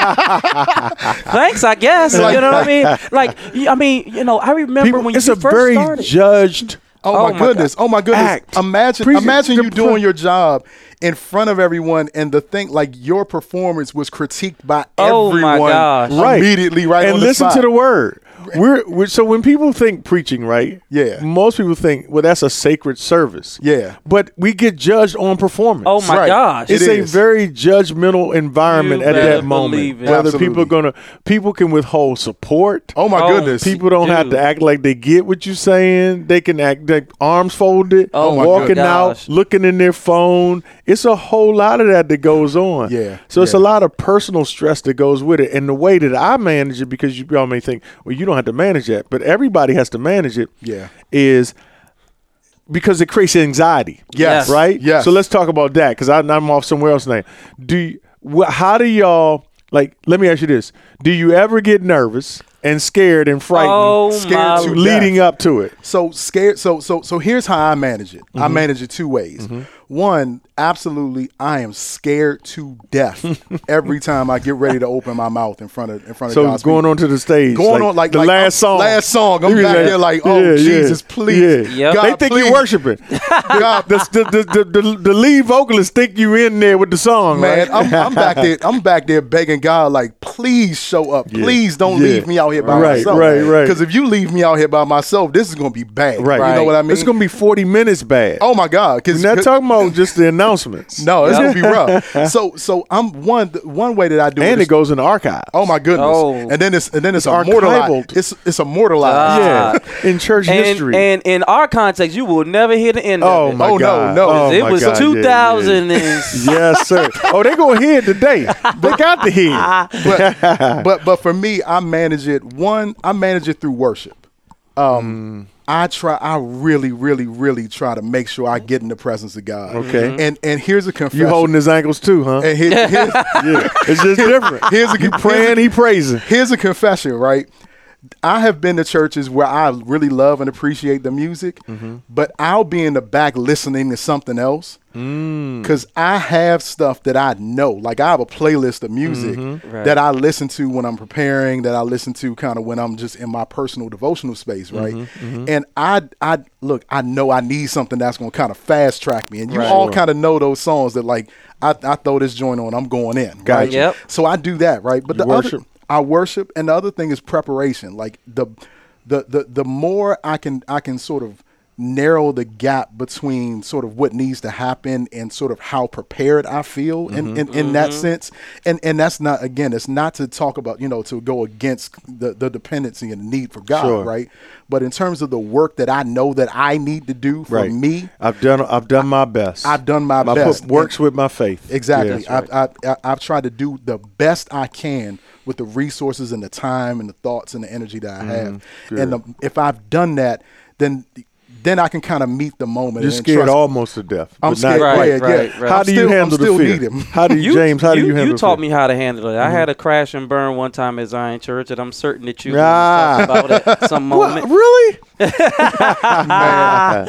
Speaker 2: Thanks, I guess. you know what I mean? Like, y- I mean, you know, I remember
Speaker 1: People,
Speaker 2: when
Speaker 1: it's
Speaker 2: you
Speaker 1: a
Speaker 2: first
Speaker 1: very
Speaker 2: started.
Speaker 1: judged.
Speaker 3: Oh,
Speaker 2: Oh
Speaker 3: my
Speaker 2: my
Speaker 3: goodness! Oh my goodness!
Speaker 1: Act.
Speaker 3: Imagine,
Speaker 1: Preach-
Speaker 3: imagine
Speaker 1: the
Speaker 3: you
Speaker 1: pre-
Speaker 3: doing your job in front of everyone, and the thing like your performance was critiqued by
Speaker 2: Oh my
Speaker 3: everyone
Speaker 2: gosh.
Speaker 1: right
Speaker 3: immediately, right?
Speaker 1: and
Speaker 3: on
Speaker 1: listen
Speaker 3: the
Speaker 1: to
Speaker 3: spot.
Speaker 1: the word we're, we're so when people think preaching right
Speaker 3: Yeah.
Speaker 1: most people think well that's a sacred service
Speaker 3: Yeah.
Speaker 1: but we get judged on performance
Speaker 2: oh my
Speaker 3: right.
Speaker 2: gosh.
Speaker 1: it's
Speaker 3: It
Speaker 1: a
Speaker 3: is.
Speaker 1: very judgmental environment
Speaker 2: You
Speaker 1: at
Speaker 2: better
Speaker 1: that moment
Speaker 2: believe it.
Speaker 1: whether people
Speaker 3: Absolutely.
Speaker 1: are gonna people can withhold support
Speaker 3: Oh my
Speaker 2: Oh,
Speaker 3: goodness!
Speaker 1: People don't have
Speaker 2: Dude.
Speaker 1: to act like they get what you're saying. They can act like arms folded,
Speaker 2: Oh my
Speaker 1: walking out,
Speaker 2: gosh.
Speaker 1: looking in their phone. It's a whole lot of that that goes on.
Speaker 3: Yeah,
Speaker 1: So it's a
Speaker 3: yeah.
Speaker 1: lot of personal stress that goes with it. And the way that I manage it, because you all may think, well, you don't have to manage that, but everybody has to manage it.
Speaker 3: Yeah.
Speaker 1: Is because it creates anxiety.
Speaker 3: Yes.
Speaker 2: Yes.
Speaker 1: Right?
Speaker 3: Yes.
Speaker 1: So let's talk about that because I'm off somewhere else now. Do you, wh- how do y'all like? Let me ask you this: Do you ever get nervous and scared and frightened
Speaker 2: Oh
Speaker 3: scared
Speaker 2: my
Speaker 3: to
Speaker 1: leading up to it? Mm-hmm.
Speaker 3: So scared. So so so here's how I manage it. I manage it two ways. One, absolutely, I am scared to death every time I get ready to open my mouth in front of in front
Speaker 1: So
Speaker 3: of God's
Speaker 1: going
Speaker 3: people.
Speaker 1: onto the stage,
Speaker 3: Going on like
Speaker 1: the
Speaker 3: like,
Speaker 1: last
Speaker 3: I'm-
Speaker 1: song,
Speaker 3: last song. I'm
Speaker 1: You
Speaker 3: back there like, oh
Speaker 1: yeah, yeah,
Speaker 3: Jesus, please,
Speaker 1: yeah.
Speaker 2: Yep.
Speaker 3: God,
Speaker 1: they think
Speaker 3: please.
Speaker 1: you worshiping.
Speaker 3: God,
Speaker 1: the, the, the, the, the, the lead vocalist think you in there with the song,
Speaker 3: man,
Speaker 1: right?
Speaker 3: I'm, I'm back there. I'm back there begging God, like, please show up.
Speaker 1: Yeah.
Speaker 3: Please don't
Speaker 1: Yeah.
Speaker 3: leave me out here by
Speaker 1: Right,
Speaker 3: myself.
Speaker 1: right, right.
Speaker 3: Because if you leave me out here by myself, this is gonna be bad.
Speaker 1: right.
Speaker 3: You know what I mean?
Speaker 1: It's gonna be forty minutes bad.
Speaker 3: oh my God. Because
Speaker 1: We're not talking about just the announcements.
Speaker 3: no, it's gonna be rough. So, so I'm one one way that I do
Speaker 1: and
Speaker 3: is-
Speaker 1: it goes in the archive.
Speaker 3: Oh my goodness!
Speaker 2: Oh.
Speaker 3: And then it's and then it's,
Speaker 1: It's
Speaker 3: immortalized.
Speaker 1: archivaled.
Speaker 3: It's it's immortalized.
Speaker 1: yeah,
Speaker 3: Uh,
Speaker 1: in church
Speaker 2: and,
Speaker 1: history.
Speaker 2: and in our context, you will never hear the end
Speaker 1: oh
Speaker 2: of it.
Speaker 1: my
Speaker 3: Oh, no,
Speaker 1: God!
Speaker 3: no.
Speaker 1: Oh,
Speaker 2: it
Speaker 1: my
Speaker 2: was
Speaker 1: God. Yeah, yeah, yeah.
Speaker 2: 2000 and
Speaker 1: yes, sir. Oh, they gonna hear it today. They got to hear. it.
Speaker 3: but, but but for me, I manage it. One, I manage it through worship.
Speaker 1: Mm.
Speaker 3: Um, I try. I really, really, really try to make sure I get in the presence of God.
Speaker 1: Okay.
Speaker 3: And and here's a
Speaker 1: You
Speaker 3: confession.
Speaker 1: holding his ankles too, huh?
Speaker 3: And here- here's,
Speaker 1: yeah, it's just different.
Speaker 3: here's a
Speaker 1: you
Speaker 3: here's
Speaker 1: praying,
Speaker 3: a-
Speaker 1: he praising.
Speaker 3: Here's a confession, right? I have been to churches where I really love and appreciate the music, but I'll be in the back listening to something else because I have stuff that I know. Like I have a playlist of music
Speaker 2: Right.
Speaker 3: that I listen to when I'm preparing, that I listen to kind of when I'm just in my personal devotional space, right? And I, I look, I know I need something that's going to kind of fast track me, and you
Speaker 2: Right.
Speaker 3: all
Speaker 2: Sure.
Speaker 3: kind of know those songs that like I, I throw this joint on, I'm going in, right?
Speaker 1: Gotcha.
Speaker 2: Yep.
Speaker 3: So I do that, right? But
Speaker 1: You
Speaker 3: the other,
Speaker 1: worship.
Speaker 3: I worship, and the other thing is preparation. Like the, the the the more I can I can sort of narrow the gap between sort of what needs to happen and sort of how prepared I feel
Speaker 1: Mm-hmm.
Speaker 3: in, in, in that sense. And and that's not again, it's not to talk about, you know, to go against the, the dependency and need for God,
Speaker 1: Sure.
Speaker 3: right? But in terms of the work that I know that I need to do for
Speaker 1: Right.
Speaker 3: me,
Speaker 1: I've done. I've done my best.
Speaker 3: I've done my
Speaker 1: I
Speaker 3: best.
Speaker 1: put works with my faith.
Speaker 3: Exactly.
Speaker 1: Yeah.
Speaker 3: I've, I've, I've tried to do the best I can with the resources and the time and the thoughts and the energy that I
Speaker 1: Mm-hmm.
Speaker 3: have. And the, if I've done that, then then I can kind of meet the moment.
Speaker 1: You're
Speaker 3: and
Speaker 1: scared
Speaker 3: trust-
Speaker 1: almost to death.
Speaker 3: I'm
Speaker 1: but not
Speaker 3: scared.
Speaker 1: quite.
Speaker 2: Right,
Speaker 3: yeah,
Speaker 2: right,
Speaker 3: yeah.
Speaker 2: right.
Speaker 1: How
Speaker 3: I'm
Speaker 1: do you
Speaker 3: still- I'm
Speaker 1: handle
Speaker 3: still
Speaker 1: the fear?
Speaker 3: need him.
Speaker 1: How do you, James? How do you, handle
Speaker 2: You
Speaker 1: the
Speaker 2: taught
Speaker 1: fear?
Speaker 2: me how to handle it.
Speaker 1: Mm-hmm.
Speaker 2: I had a crash and burn one time at Zion Church, and I'm certain that you
Speaker 1: Ah.
Speaker 2: ah. talked about it some
Speaker 1: What,
Speaker 2: moment.
Speaker 1: really? Ah.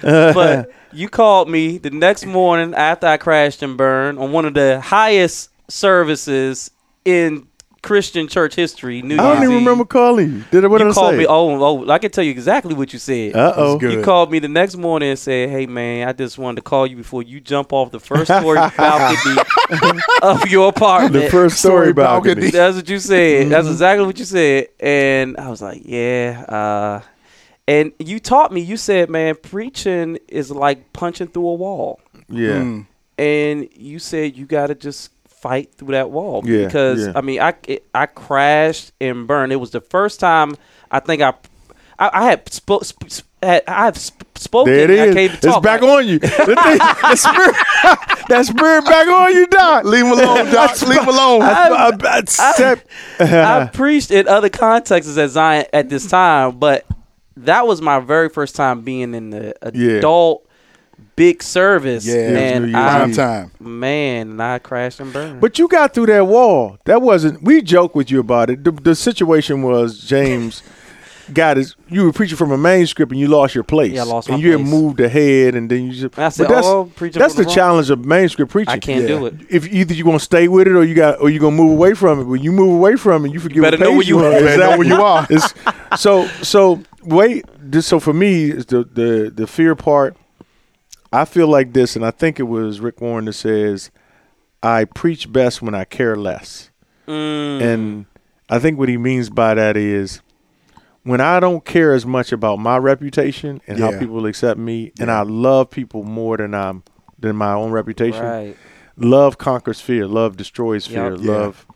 Speaker 2: but you called me the next morning after I crashed and burned on one of the highest services in Christian church history. New
Speaker 1: I don't
Speaker 2: Year's
Speaker 1: even
Speaker 2: Eve.
Speaker 1: remember calling you. Did I- what
Speaker 2: You
Speaker 1: did I
Speaker 2: called
Speaker 1: say?
Speaker 2: me. Oh, oh, I can tell you exactly what you said.
Speaker 1: uh oh.
Speaker 3: That's
Speaker 2: You
Speaker 3: good.
Speaker 2: called me the next morning and said, "Hey man, I just wanted to call you before you jump off the first story balcony of your apartment."
Speaker 1: The first story
Speaker 3: Story
Speaker 1: balcony.
Speaker 3: balcony.
Speaker 2: That's what you said.
Speaker 1: Mm-hmm.
Speaker 2: That's exactly what you said. And I was like, yeah. Uh, and you taught me. You said, man, preaching is like punching through a wall.
Speaker 1: Yeah.
Speaker 3: Mm.
Speaker 2: And you said you got to just fight through that wall
Speaker 1: Yeah,
Speaker 2: because
Speaker 1: yeah.
Speaker 2: I mean, I it- I crashed and burned. It was the first time I think I I, I had spoke. Sp- sp- had- I have sp- spoken.
Speaker 1: There it
Speaker 2: I
Speaker 1: is.
Speaker 2: came to
Speaker 1: It's
Speaker 2: talk.
Speaker 1: back on you. The thing- the spirit, that spirit back on you, Doc.
Speaker 3: Leave him alone, Doc. Leave him alone.
Speaker 1: I, I, I, said-
Speaker 2: I preached in other contexts at Zion at this time, but that was my very first time being in the
Speaker 1: Yeah.
Speaker 2: adult big service.
Speaker 3: Yeah, it was
Speaker 1: New
Speaker 2: and
Speaker 1: Year's
Speaker 2: I,
Speaker 3: Prime time.
Speaker 2: man, and I crashed and burned.
Speaker 1: But you got through that wall. That wasn't. We joke with you about it. The, the situation was James got his. You were preaching from a manuscript and you lost your place.
Speaker 2: Yeah, I lost
Speaker 1: And
Speaker 2: my
Speaker 1: you had
Speaker 2: place.
Speaker 1: moved ahead, and then you just.
Speaker 2: And I said,
Speaker 1: but that's,
Speaker 2: "Oh, preaching
Speaker 1: that's the
Speaker 2: from the wrong."
Speaker 1: challenge of manuscript preaching.
Speaker 2: I can't do it.
Speaker 1: If either you're gonna stay with it or you got or you're gonna move away from it. When you move away from it, you forget.
Speaker 2: better
Speaker 1: what
Speaker 2: know
Speaker 1: page
Speaker 2: where you
Speaker 1: on.
Speaker 2: are.
Speaker 3: Better know where you are.
Speaker 1: Exactly. It's- so so wait. This, so for me, is the the the fear part. I feel like this, and I think it was Rick Warren that says, "I preach best when I care less."
Speaker 2: Mm,
Speaker 1: And I think what he means by that is when I don't care as much about my reputation and how
Speaker 3: Yeah.
Speaker 1: people accept me, and I love people more than I'm than my own reputation.
Speaker 2: right.
Speaker 1: Love conquers fear. Love destroys fear.
Speaker 2: Yup.
Speaker 3: Yeah.
Speaker 1: Love.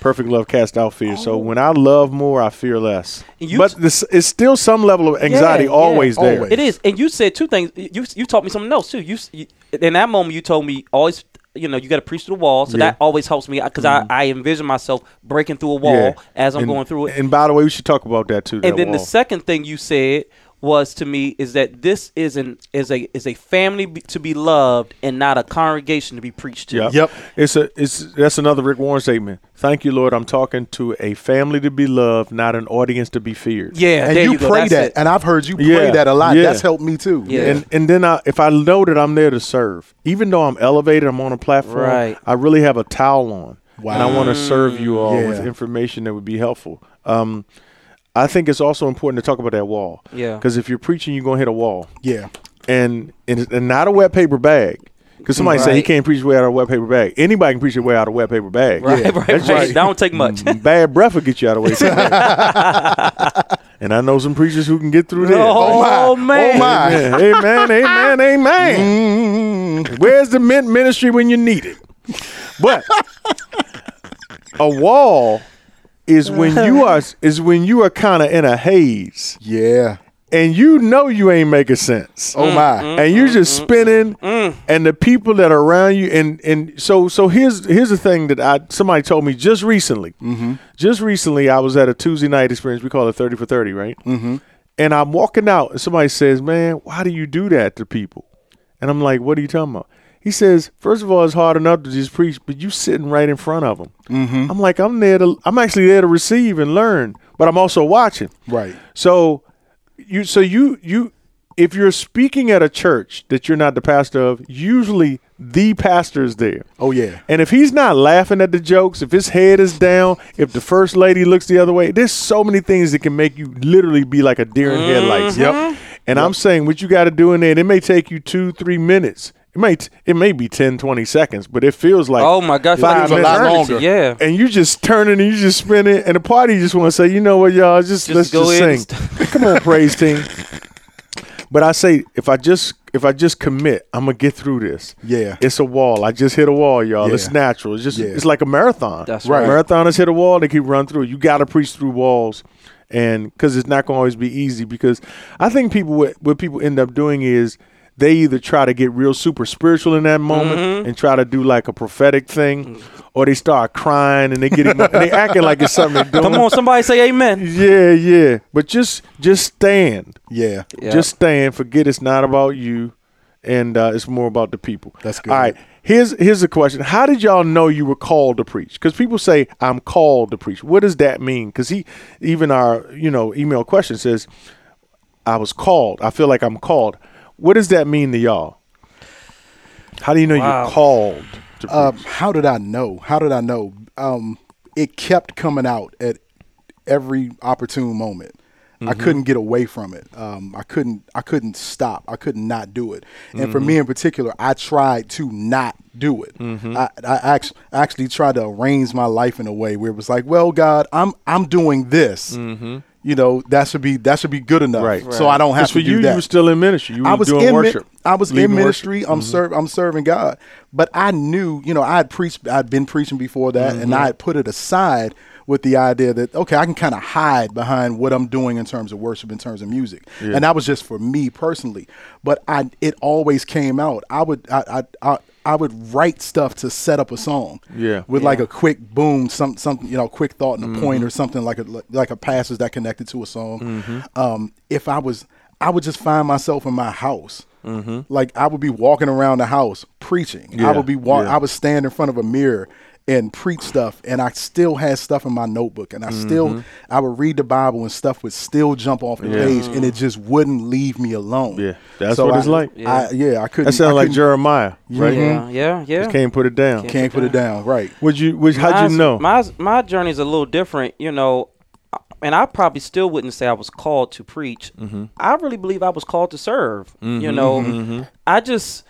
Speaker 1: Perfect love casts out fear. So
Speaker 2: Oh.
Speaker 1: when I love more, I fear less.
Speaker 2: You
Speaker 1: but
Speaker 2: t-
Speaker 1: this it's still some level of anxiety
Speaker 2: yeah,
Speaker 1: always there.
Speaker 3: always.
Speaker 2: It is. And you said two things. You you taught me something else too. You, s- you in that moment you told me always. You know, you got to preach to the wall, so
Speaker 1: Yeah. Mm-hmm.
Speaker 2: that always helps me because I, I envision myself breaking through a wall
Speaker 1: Yeah.
Speaker 2: as I'm
Speaker 1: and,
Speaker 2: going through it.
Speaker 1: And by the way, we should talk about that too. that
Speaker 2: and then
Speaker 1: wall.
Speaker 2: the second thing you said was to me is that this is an is a is a family be, to be loved and not a congregation to be preached to.
Speaker 1: Yep.
Speaker 3: Yep.
Speaker 1: It's a it's that's another Rick Warren statement. Thank you, Lord. I'm talking to a family to be loved, not an audience to be feared.
Speaker 2: Yeah,
Speaker 3: and
Speaker 2: there
Speaker 3: you,
Speaker 2: you, go.
Speaker 3: pray
Speaker 2: That's
Speaker 3: that,
Speaker 2: it.
Speaker 3: and I've heard you
Speaker 1: Yeah,
Speaker 3: pray that a lot.
Speaker 1: yeah.
Speaker 3: That's helped me too.
Speaker 2: Yeah.
Speaker 1: And and then I, if I know that I'm there to serve, even though I'm elevated, I'm on a platform,
Speaker 2: Right.
Speaker 1: I really have a towel on, and I
Speaker 3: Wow.
Speaker 1: want to serve you all with
Speaker 3: Yeah.
Speaker 1: information that would be helpful. Um, I think it's also important to talk about that wall.
Speaker 2: Yeah.
Speaker 1: Because if you're preaching, you're gonna hit a wall,
Speaker 3: yeah,
Speaker 1: and and, and not a wet paper bag. Because somebody say he
Speaker 2: Right.
Speaker 1: can't preach his way out of a wet paper bag. Anybody can preach their way out of a wet paper bag.
Speaker 2: Right,
Speaker 3: Yeah,
Speaker 2: right,
Speaker 1: that's
Speaker 2: right.
Speaker 1: right.
Speaker 2: That don't take much.
Speaker 3: Mm-hmm.
Speaker 1: Bad breath will get you out of the way. too. and I know some preachers who can get through that.
Speaker 2: Oh, man.
Speaker 3: Oh, my.
Speaker 1: Amen, amen, amen, amen. Where's the mint ministry when you need it? But a wall is when you are is when you are kind of in a haze
Speaker 3: yeah.
Speaker 1: and you know you ain't making sense
Speaker 2: Mm,
Speaker 3: Oh my.
Speaker 1: and you're just spinning and the people that are around you and and so so here's here's the thing that I somebody told me just recently just recently I was at a Tuesday night experience we call it 30 for 30 right mm-hmm. and I'm walking out and somebody says man why do you do that to people and I'm like what are you talking about he says first of all it's hard enough to just preach but you sitting right in front of them I'm like I'm there to I'm actually there to receive and learn but I'm also watching
Speaker 3: Right.
Speaker 1: so you so you you if you're speaking at a church that you're not the pastor of, usually the pastor is there.
Speaker 3: Oh yeah.
Speaker 1: And if he's not laughing at the jokes, if his head is down, if the first lady looks the other way, there's so many things that can make you literally be like a deer in headlights. Yep.
Speaker 3: Mm-hmm.
Speaker 1: And I'm saying what you got to do in there, and it may take you two, three minutes. It may t- it may be 10, 20 seconds, but it feels like
Speaker 2: Oh my gosh,
Speaker 1: Five
Speaker 2: it was a lot
Speaker 1: minutes.
Speaker 2: longer. Yeah.
Speaker 1: and you just turning and you just spinning, and the party just want to say, you know what, y'all, just,
Speaker 2: Just
Speaker 1: let's
Speaker 2: go
Speaker 1: just
Speaker 2: in and
Speaker 1: sing. Come on, praise team. But I say, if I just if I just commit, I'm gonna get through this.
Speaker 3: Yeah.
Speaker 1: it's a wall. I just hit a wall, y'all.
Speaker 3: Yeah.
Speaker 1: It's natural. It's just
Speaker 3: Yeah.
Speaker 1: it's like a marathon.
Speaker 2: That's Right.
Speaker 3: right.
Speaker 1: Marathoners hit a wall. They keep running through. You got to preach through walls, and because it's not gonna always be easy. Because I think people what, what people end up doing is. They either try to get real super spiritual in that moment and try to do like a prophetic thing, or they start crying and they get emo- and they acting like it's something they're doing.
Speaker 2: Come on, somebody say amen.
Speaker 1: Yeah, yeah. But just just stand.
Speaker 3: Yeah.
Speaker 2: Yeah.
Speaker 1: Just stand. Forget it's not about you, and uh, it's more about the people.
Speaker 3: That's good.
Speaker 1: All right. Here's here's a question. How did y'all know you were called to preach? Because people say I'm called to preach. What does that mean? Because he even our you know email question says, I was called. I feel like I'm called. What does that mean to y'all? How do you know
Speaker 2: Wow.
Speaker 1: you're called to preach?
Speaker 3: Um, how did I know? How did I know? Um, it kept coming out at every opportune moment. I
Speaker 1: Mm-hmm.
Speaker 3: couldn't get away from it. Um, I couldn't. I couldn't stop. I could not do it. And for
Speaker 1: Mm-hmm.
Speaker 3: me in particular, I tried to not do it. I, I actually, actually tried to arrange my life in a way where it was like, well, God, I'm I'm doing this. You know, that should be that should be good enough.
Speaker 1: Mm-hmm. Right.
Speaker 3: Uh, So I don't have
Speaker 1: 'Cause
Speaker 3: to
Speaker 1: for
Speaker 3: do
Speaker 1: you,
Speaker 3: that.
Speaker 1: you were still in ministry. You were
Speaker 3: I was
Speaker 1: doing
Speaker 3: in mi-
Speaker 1: worship.
Speaker 3: I was
Speaker 1: leading
Speaker 3: in
Speaker 1: worship. Mm-hmm.
Speaker 3: ministry. I'm serv- I'm serving God, but I knew, you know, I had preached. I'd been preaching before that,
Speaker 1: Mm-hmm.
Speaker 3: and I had put it aside with the idea that okay, I can kind of hide behind what I'm doing in terms of worship, in terms of music, and that was just for me personally. But I, it always came out. I would, I, I. I I would write stuff to set up a song,
Speaker 1: Yeah.
Speaker 3: with like a quick boom, some something you know, quick thought and a
Speaker 1: Mm-hmm.
Speaker 3: point or something like a like a passage that connected to a song.
Speaker 1: Mm-hmm.
Speaker 3: Um, if I was, I would just find myself in my house, like I would be walking around the house preaching.
Speaker 1: Mm-hmm. Yeah,
Speaker 3: I would be walk.
Speaker 1: yeah.
Speaker 3: I would stand in front of a mirror and preach stuff, and I still had stuff in my notebook, and I still
Speaker 1: Mm-hmm.
Speaker 3: I would read the Bible, and stuff would still jump off the page, and it just wouldn't leave me alone.
Speaker 1: Mm-hmm. Yeah, that's what
Speaker 3: I-
Speaker 1: it's like.
Speaker 3: I, yeah. I couldn't.
Speaker 1: That sounds
Speaker 3: I
Speaker 1: like
Speaker 3: couldn't-
Speaker 1: Jeremiah,
Speaker 3: Mm-hmm.
Speaker 1: right?
Speaker 2: Yeah, yeah, yeah.
Speaker 1: Just can't put it down.
Speaker 3: Can't put it down. Right.
Speaker 1: Would you? Would, how'd you
Speaker 2: Mine's-
Speaker 1: know?
Speaker 2: mine's- my journey is a little different, you know, and I probably still wouldn't say I was called to preach.
Speaker 1: Mm-hmm.
Speaker 2: I really believe I was called to serve. You know, I just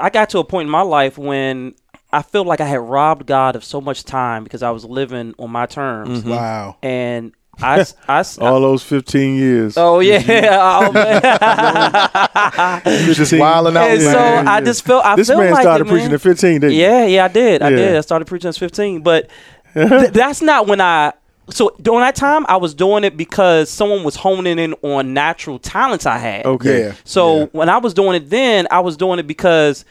Speaker 2: I got to a point in my life when I felt like I had robbed God of so much time because I was living on my terms,
Speaker 1: Mm-hmm.
Speaker 3: Wow.
Speaker 2: and I s- I s-
Speaker 1: All those fifteen years.
Speaker 2: oh
Speaker 1: mm-hmm.
Speaker 2: yeah, oh, man.
Speaker 1: you just
Speaker 3: wilding out,
Speaker 2: And so
Speaker 3: man.
Speaker 2: I just felt I
Speaker 1: this
Speaker 2: felt
Speaker 1: man
Speaker 2: like
Speaker 1: started
Speaker 2: it,
Speaker 1: preaching
Speaker 2: man.
Speaker 1: at fifteen. Didn't he?
Speaker 2: Yeah, yeah, I did. I
Speaker 1: Yeah.
Speaker 2: did. I started preaching at 15, but th- that's not when I. So during that time, I was doing it because someone was honing in on natural talents I had.
Speaker 1: Okay.
Speaker 3: Yeah.
Speaker 2: So when I was doing it then, I was doing it because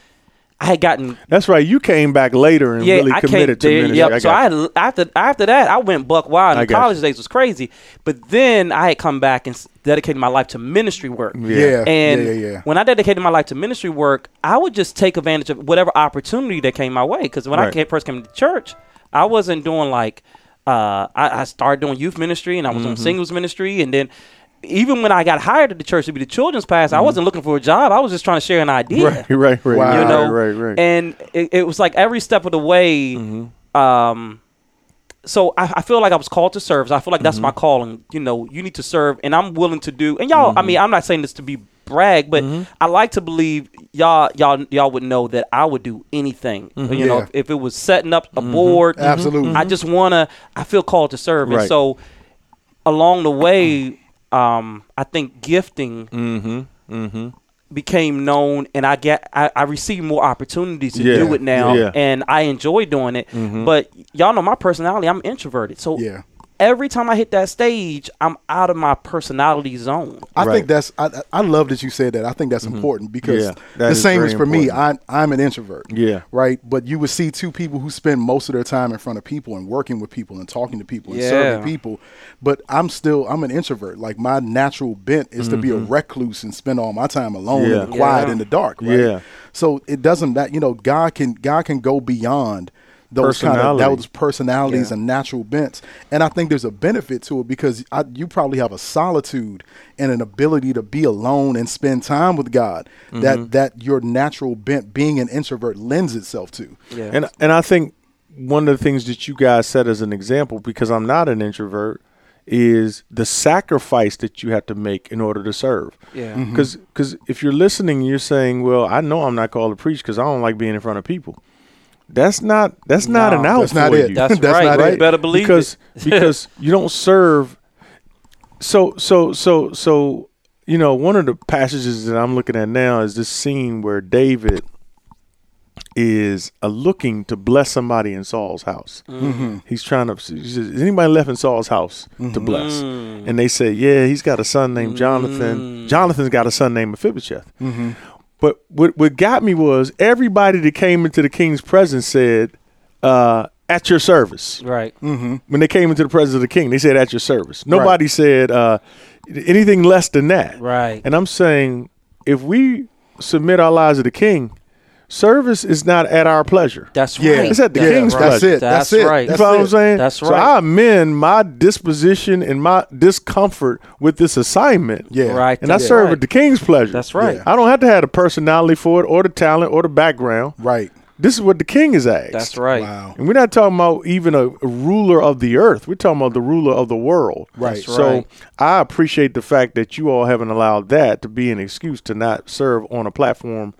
Speaker 2: I had gotten
Speaker 1: That's right. You came back later and
Speaker 2: yeah,
Speaker 1: really
Speaker 2: I
Speaker 1: committed
Speaker 2: came
Speaker 1: to
Speaker 2: there.
Speaker 1: ministry.
Speaker 2: Yep.
Speaker 1: I
Speaker 2: so
Speaker 1: got
Speaker 2: I had, after after that, I went buck wild.
Speaker 1: I
Speaker 2: And
Speaker 1: got
Speaker 2: college
Speaker 1: you.
Speaker 2: days was crazy, but then I had come back and s- dedicated my life to ministry work.
Speaker 1: Yeah.
Speaker 3: Yeah.
Speaker 2: And
Speaker 3: yeah, yeah, yeah.
Speaker 2: when I dedicated my life to ministry work, I would just take advantage of whatever opportunity that came my way. Because when I
Speaker 1: Right.
Speaker 2: came, first came to church, I wasn't doing like uh, I, I started doing youth ministry and I was doing singles ministry, and then even when I got hired at the church to be the children's pastor, I wasn't looking for a job. I was just trying to share an idea
Speaker 1: Right, right, right.
Speaker 3: Wow.
Speaker 2: you
Speaker 1: right,
Speaker 2: know
Speaker 1: right, right. Mm-hmm.
Speaker 2: and it, it was like every step of the way um so I, I feel like I was called to serve. So I feel like
Speaker 1: Mm-hmm.
Speaker 2: that's my calling. You know, you need to serve, and I'm willing to do. And y'all,
Speaker 1: Mm-hmm.
Speaker 2: I mean, I'm not saying this to be brag, but I like to believe y'all, y'all, y'all would know that I would do anything.
Speaker 1: Mm-hmm.
Speaker 2: You know,
Speaker 3: Yeah.
Speaker 2: if, if it was setting up a board, Mm-hmm.
Speaker 3: Absolutely.
Speaker 2: I just wanna. I feel called to serve,
Speaker 1: Right.
Speaker 2: and so along the way, um, I think gifting became known and I get I, I received more opportunities to
Speaker 1: Yeah,
Speaker 2: do it now
Speaker 1: yeah. Mm-hmm.
Speaker 2: and I enjoy doing it. But y'all know my personality, I'm introverted. So
Speaker 3: Yeah.
Speaker 2: every time I hit that stage, I'm out of my personality zone.
Speaker 3: I
Speaker 1: Right. Mm-hmm.
Speaker 3: think that's I, I I love that you said that. I think that's important because
Speaker 1: Yeah, that
Speaker 3: the
Speaker 1: is
Speaker 3: same
Speaker 1: very
Speaker 3: is for me. I I'm an introvert.
Speaker 1: Yeah.
Speaker 3: Right. But you would see two people who spend most of their time in front of people and working with people and talking to people and serving
Speaker 2: Yeah.
Speaker 3: people. But I'm still I'm an introvert. Like my natural bent is to be a recluse and spend all my time alone
Speaker 1: Mm-hmm. Yeah.
Speaker 3: and quiet
Speaker 2: Yeah.
Speaker 3: in the dark. Right?
Speaker 1: Yeah.
Speaker 3: So it doesn't that you know God can God can go beyond those kind of
Speaker 1: Personality.
Speaker 3: those personalities and natural bents. And I think there's a benefit to it because I, you probably have a solitude and an ability to be alone and spend time with God
Speaker 2: Mm-hmm.
Speaker 3: that that your natural bent being an introvert lends itself to.
Speaker 2: Yeah.
Speaker 1: And and I think one of the things that you guys said as an example, because I'm not an introvert, is the sacrifice that you have to make in order to serve.
Speaker 2: Yeah.
Speaker 3: Mm-hmm.
Speaker 1: Because if you're listening, you're saying, "Well, I know I'm not called to preach because I don't like being in front of people." That's not that's not
Speaker 2: No,
Speaker 1: an out
Speaker 3: that's
Speaker 1: for
Speaker 3: not it.
Speaker 1: you.
Speaker 2: That's,
Speaker 3: That's
Speaker 2: right.
Speaker 3: not
Speaker 2: you
Speaker 3: it.
Speaker 2: better believe
Speaker 1: because
Speaker 2: it.
Speaker 1: because you don't serve. So so so so you know one of the passages that I'm looking at now is this scene where David is uh looking to bless somebody in Saul's house.
Speaker 2: Mm.
Speaker 1: He's trying to. He says, "Is anybody left in Saul's house to bless?"
Speaker 2: Mm.
Speaker 1: And they say, "Yeah, he's got a son named Jonathan. Jonathan's got a son named Mephibosheth." But what what got me was everybody that came into the king's presence said, uh, "At your service."
Speaker 2: Right.
Speaker 1: when they came into the presence of the king, they said at your service. Nobody said uh, anything less than that.
Speaker 2: Right.
Speaker 1: And I'm saying if we submit our lives to the king, service is not at our pleasure.
Speaker 2: That's
Speaker 3: Yeah.
Speaker 2: right.
Speaker 1: It's at the
Speaker 2: That's
Speaker 1: king's
Speaker 2: right.
Speaker 3: That's
Speaker 1: pleasure.
Speaker 3: it. That's,
Speaker 2: That's
Speaker 3: it.
Speaker 2: right.
Speaker 1: You
Speaker 3: That's
Speaker 1: follow what
Speaker 3: it.
Speaker 1: I'm saying?
Speaker 2: That's
Speaker 1: So
Speaker 2: right.
Speaker 1: I amend my disposition and my discomfort with this assignment.
Speaker 3: Yeah.
Speaker 2: Right.
Speaker 1: And I
Speaker 2: That's
Speaker 1: serve
Speaker 2: right.
Speaker 1: at the king's pleasure.
Speaker 2: That's right. Yeah.
Speaker 1: I don't have to have the personality for it or the talent or the background.
Speaker 3: Right.
Speaker 1: This is what the king is asked.
Speaker 2: That's right.
Speaker 3: Wow.
Speaker 1: And we're not talking about even a, a ruler of the earth. We're talking about the ruler of the world.
Speaker 3: Right. That's
Speaker 1: So
Speaker 2: right.
Speaker 1: I appreciate the fact that you all haven't allowed that to be an excuse to not serve on a platform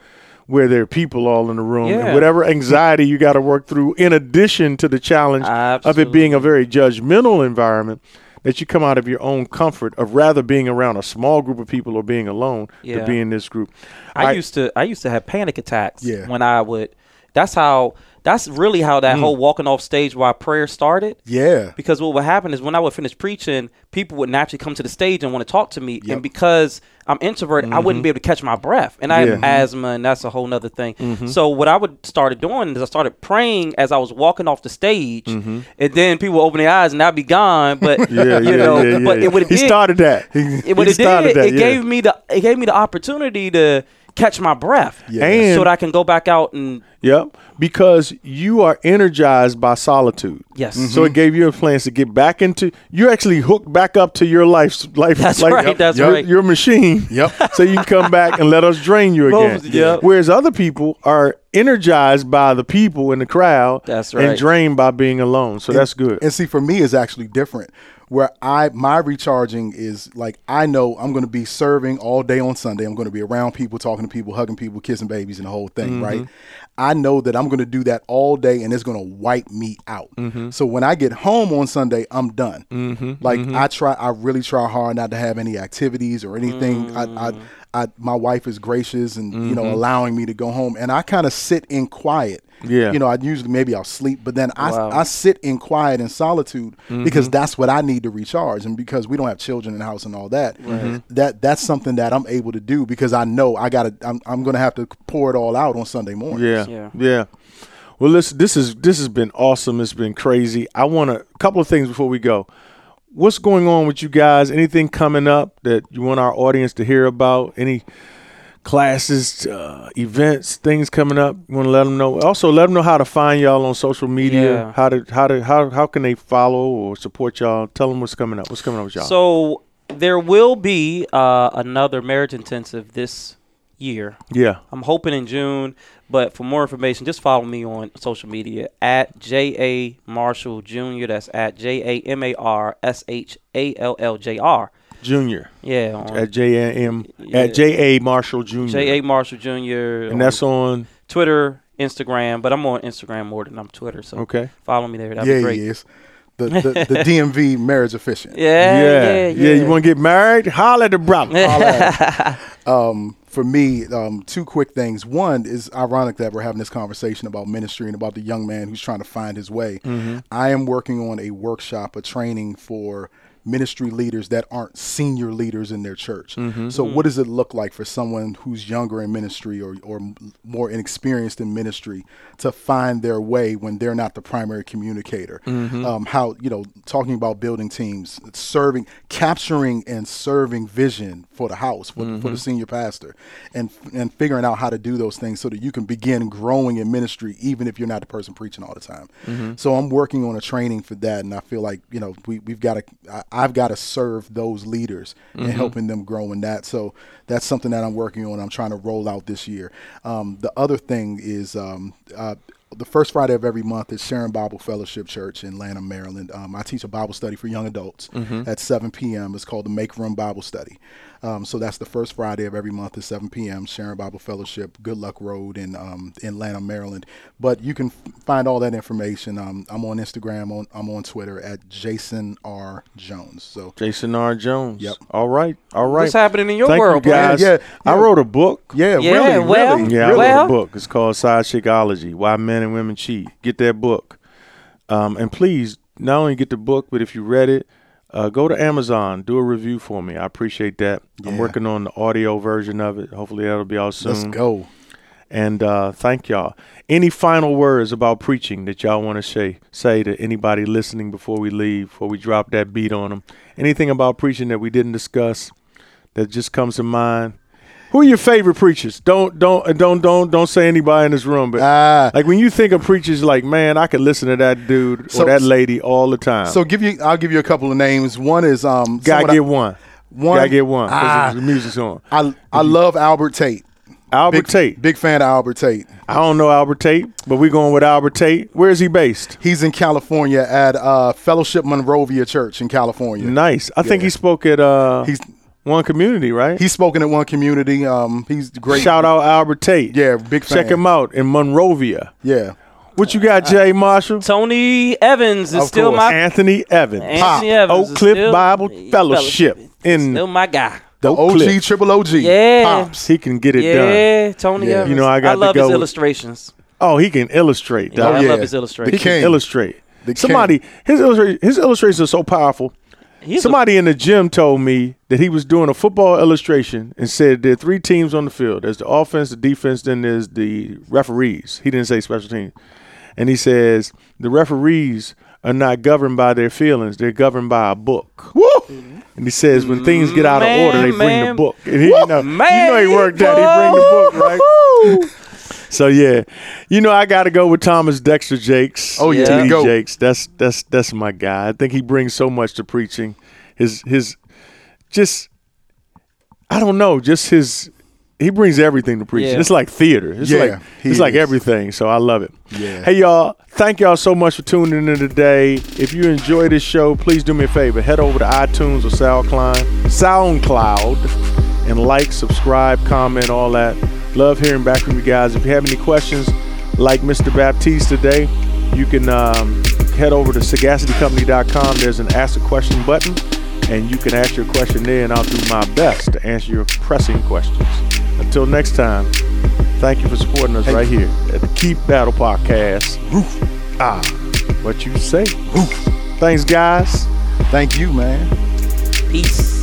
Speaker 1: where there are people all in the room and
Speaker 2: Yeah.
Speaker 1: whatever anxiety you got to work through in addition to the challenge of it
Speaker 2: Absolutely.
Speaker 1: being a very judgmental environment that you come out of your own comfort of rather being around a small group of people or being alone to
Speaker 2: Yeah.
Speaker 1: be in this group.
Speaker 2: I,
Speaker 1: I-
Speaker 2: used to I used to have panic attacks
Speaker 3: Yeah.
Speaker 2: when I would that's how that's really how
Speaker 1: Mm.
Speaker 2: that whole walking off stage while prayer started.
Speaker 3: Yeah.
Speaker 2: Because what would happen is when I would finish preaching, people would naturally come to the stage and want to talk to me. And because I'm introverted, I wouldn't be able to catch my breath. And I
Speaker 1: Mm-hmm. Yeah. Mm-hmm.
Speaker 2: have asthma, and that's a whole nother thing. So what I would started doing is I started praying as I was walking off the stage, and then people would open their eyes and I'd be gone. But
Speaker 1: Mm-hmm. Yeah,
Speaker 2: you
Speaker 1: yeah,
Speaker 2: know,
Speaker 1: yeah,
Speaker 2: but
Speaker 1: yeah.
Speaker 2: it would
Speaker 1: He started that. He,
Speaker 2: it, what
Speaker 1: he
Speaker 2: it did, it
Speaker 1: yeah.
Speaker 2: gave me the it gave me the opportunity to catch my breath,
Speaker 3: Yeah.
Speaker 1: And-
Speaker 2: so that I can go back out and
Speaker 1: Yep. Because you are energized by solitude.
Speaker 2: Yes. Mm-hmm.
Speaker 1: So it gave you a chance to get back into you're actually hooked back up to your life's life
Speaker 2: That's
Speaker 1: life-
Speaker 2: right, that's
Speaker 1: your,
Speaker 2: right.
Speaker 1: your machine.
Speaker 3: Yep.
Speaker 1: so you can come back and let us drain you again.
Speaker 2: Both, yep.
Speaker 1: Whereas other people are energized by the people in the crowd
Speaker 2: That's
Speaker 1: and
Speaker 2: right.
Speaker 1: drained by being alone. So that's good.
Speaker 3: And see, for me, it's actually different. Where I my recharging is like I know I'm going to be serving all day on Sunday. I'm going to be around people, talking to people, hugging people, kissing babies, and the whole thing, right?
Speaker 1: Mm-hmm.
Speaker 3: I know that I'm going to do that all day, and it's going to wipe me out.
Speaker 1: Mm-hmm.
Speaker 3: So when I get home on Sunday, I'm
Speaker 1: Mm-hmm. Mm.
Speaker 3: done. Like I try, I really try hard not to have any activities or anything. I, I I, my wife is gracious and you
Speaker 1: Mm-hmm.
Speaker 3: know allowing me to go home, and I kind of sit in quiet.
Speaker 1: Yeah.
Speaker 3: you know, I usually maybe I'll sleep, but then I
Speaker 2: Wow.
Speaker 3: I sit in quiet and solitude because
Speaker 2: Mm-hmm.
Speaker 3: that's what I need to recharge, and because we don't have children in the house and all that,
Speaker 2: Mm-hmm.
Speaker 3: that that's something that I'm able to do because I know I got to I'm I'm gonna have to pour it all out on Sunday morning.
Speaker 1: Yeah, yeah.
Speaker 2: Yeah.
Speaker 1: Well, listen, this is this has been awesome. It's been crazy. I want to a couple of things before we go. What's going on with you guys? Anything coming up that you want our audience to hear about? Any classes, uh, events, things coming up? You want to let them know. Also, let them know how to find y'all on social media.
Speaker 2: Yeah.
Speaker 1: How to how to how how can they follow or support y'all? Tell them what's coming up. What's coming up with y'all?
Speaker 2: So there will be uh, another marriage intensive this year.
Speaker 1: yeah,
Speaker 2: I'm hoping in June, but for more information, just follow me on social media at J A Marshall Jr. That's at J A M A R S H A L L J R.
Speaker 1: Junior
Speaker 2: Yeah, on
Speaker 1: at J A M
Speaker 2: Yeah.
Speaker 1: at J A Marshall Junior.
Speaker 2: J A Marshall Jr.
Speaker 1: and that's on
Speaker 2: Twitter, Instagram, but I'm on Instagram more than I'm Twitter. So
Speaker 1: okay.
Speaker 2: follow me there. That'd
Speaker 3: yeah,
Speaker 2: be great.
Speaker 3: he is. The, the the DMV marriage efficient.
Speaker 2: Yeah, yeah, yeah. Eh.
Speaker 1: You want to get married? Holler at the brother. Oh.
Speaker 3: um, for me, um, two quick things. One is ironic that we're having this conversation about ministry and about the young man who's trying to find his way. I am working on a workshop, a training for ministry leaders that aren't senior leaders in their church. So, what does it look like for someone who's younger in ministry or, or m- more inexperienced in ministry to find their way when they're not the primary communicator? Um, how, you know, talking about building teams, serving, capturing and serving vision for the house, for, for the senior pastor, and and figuring out how to do those things so that you can begin growing in ministry, even if you're not the person preaching all the time. So I'm working on a training for that, and I feel like you know we we've got to I've got to serve those leaders and helping them grow in that. So that's something that I'm working on. I'm trying to roll out this year. Um, the other thing is. Um, uh, the first Friday of every month is Sharon Bible Fellowship Church in Lanham, Maryland. Um, I teach a Bible study for young adults at 7 p.m. It's called the Make Room Bible Study. Um, so that's the first Friday of every month at 7 p.m. Sharon Bible Fellowship, Good Luck Road in um, in Lanham, Maryland. But you can f- find all that information. Um, I'm on Instagram. On, I'm on Twitter at Jason R Jones. So
Speaker 1: Jason R. Jones.
Speaker 3: Yep.
Speaker 1: All right. All right.
Speaker 2: What's happening in your
Speaker 1: Thank
Speaker 2: world,
Speaker 1: you guys.
Speaker 3: Yeah, yeah,
Speaker 1: I
Speaker 3: yeah.
Speaker 1: wrote a book.
Speaker 3: yeah,
Speaker 2: Yeah,
Speaker 3: really,
Speaker 2: well,
Speaker 3: really,
Speaker 1: Yeah, I wrote
Speaker 3: really.
Speaker 2: Well-
Speaker 1: a book. It's called Side Chickology: Why Men and Women Cheat. Get that book. Um, and please, not only get the book, but if you read it, uh, go to Amazon, do a review for me. I appreciate that. I'm
Speaker 3: Yeah.
Speaker 1: working on the audio version of it. Hopefully, that'll be out soon.
Speaker 3: Let's go.
Speaker 1: and uh, thank y'all. Any final words about preaching that y'all want to say say to anybody listening before we leave, before we drop that beat on them? Anything about preaching that we didn't discuss that just comes to mind? Who are your favorite preachers? Don't don't uh, don't don't don't say anybody in this room, but
Speaker 3: Ah.
Speaker 1: like when you think of preachers, like man, I could listen to that dude
Speaker 3: So-
Speaker 1: or that lady all the time.
Speaker 3: So give you, I'll give you a couple of names. One is um,
Speaker 1: gotta
Speaker 3: someone I-
Speaker 1: get one.
Speaker 3: One-
Speaker 1: Gotta get one. 'cause
Speaker 3: Ah.
Speaker 1: the music's on.
Speaker 3: I I love Albert Tate.
Speaker 1: Albert
Speaker 3: big,
Speaker 1: Tate.
Speaker 3: Big fan of Albert Tate.
Speaker 1: I don't know Albert Tate, but we're going with Albert Tate. Where is he based?
Speaker 3: He's in California at uh, Fellowship Monrovia Church in California.
Speaker 1: Nice. I think he spoke at uh
Speaker 3: He's-
Speaker 1: one community, right?
Speaker 3: He's spoken at one community. Um, he's great.
Speaker 1: Shout out Albert Tate.
Speaker 3: Yeah, big fan.
Speaker 1: Check him out in Monrovia.
Speaker 3: Yeah.
Speaker 1: What you got, Jay Marshall?
Speaker 2: Tony Evans is
Speaker 3: Of
Speaker 2: still
Speaker 3: course.
Speaker 2: my
Speaker 1: Anthony Evans.
Speaker 2: Anthony
Speaker 1: Pop.
Speaker 2: Evans
Speaker 1: Oak
Speaker 2: is
Speaker 1: Cliff
Speaker 2: still-
Speaker 1: Bible Fellowship in
Speaker 2: still my guy.
Speaker 3: The
Speaker 1: Oak
Speaker 3: OG
Speaker 1: Cliff.
Speaker 3: Triple OG.
Speaker 2: Yeah.
Speaker 3: Pops.
Speaker 1: He can get it done.
Speaker 2: Yeah, Tony
Speaker 3: Yeah.
Speaker 2: Evans.
Speaker 1: You know, I got to
Speaker 2: love
Speaker 1: go
Speaker 2: his
Speaker 1: with-
Speaker 2: illustrations.
Speaker 1: Oh, he can illustrate.
Speaker 2: Yeah,
Speaker 1: dog.
Speaker 2: I
Speaker 3: Oh, yeah.
Speaker 2: love his
Speaker 3: The
Speaker 1: He
Speaker 2: illustrations.
Speaker 1: can
Speaker 3: king.
Speaker 1: illustrate.
Speaker 3: The
Speaker 1: Somebody, his illustra- his illustrations are so powerful.
Speaker 2: He's a-
Speaker 1: Somebody in the gym told me that he was doing a football illustration and said there are three teams on the field. There's the offense, the defense, then there's the referees. He didn't say special teams. And he says the referees are not governed by their feelings, they're governed by a book. Woo! And he says when things get out of
Speaker 2: Man,
Speaker 1: order, they bring the
Speaker 2: man.
Speaker 1: book. And he, you, know,
Speaker 2: Man,
Speaker 1: you know he worked out, he bring the book, right? so yeah. You know I gotta go with Thomas Dexter Jakes.
Speaker 3: Oh, yeah.
Speaker 1: TD
Speaker 3: Go.
Speaker 1: Jakes. That's that's that's my guy. I think he brings so much to preaching. His his just I don't know, just his he brings everything to preaching.
Speaker 2: Yeah.
Speaker 1: It's like theater. It's
Speaker 3: Yeah,
Speaker 1: like
Speaker 3: he
Speaker 1: it's like
Speaker 3: is.
Speaker 1: everything. So I love it.
Speaker 3: Yeah.
Speaker 1: Hey y'all, thank y'all so much for tuning in today. If you enjoy this show, please do me a favor. Head over to iTunes or SoundCloud, SoundCloud, and like, subscribe, comment, all that. Love hearing back from you guys. If you have any questions, like Mr. Baptiste today, you can um, head over to sagacitycompany.com. There's an ask a question button and you can ask your question there, and I'll do my best to answer your pressing questions. Until next time, thank you for supporting us right here at the Keep Battle Podcast. Roof. Ah, what you say? Roof. Thanks, guys.
Speaker 3: Thank you, man.
Speaker 2: Peace.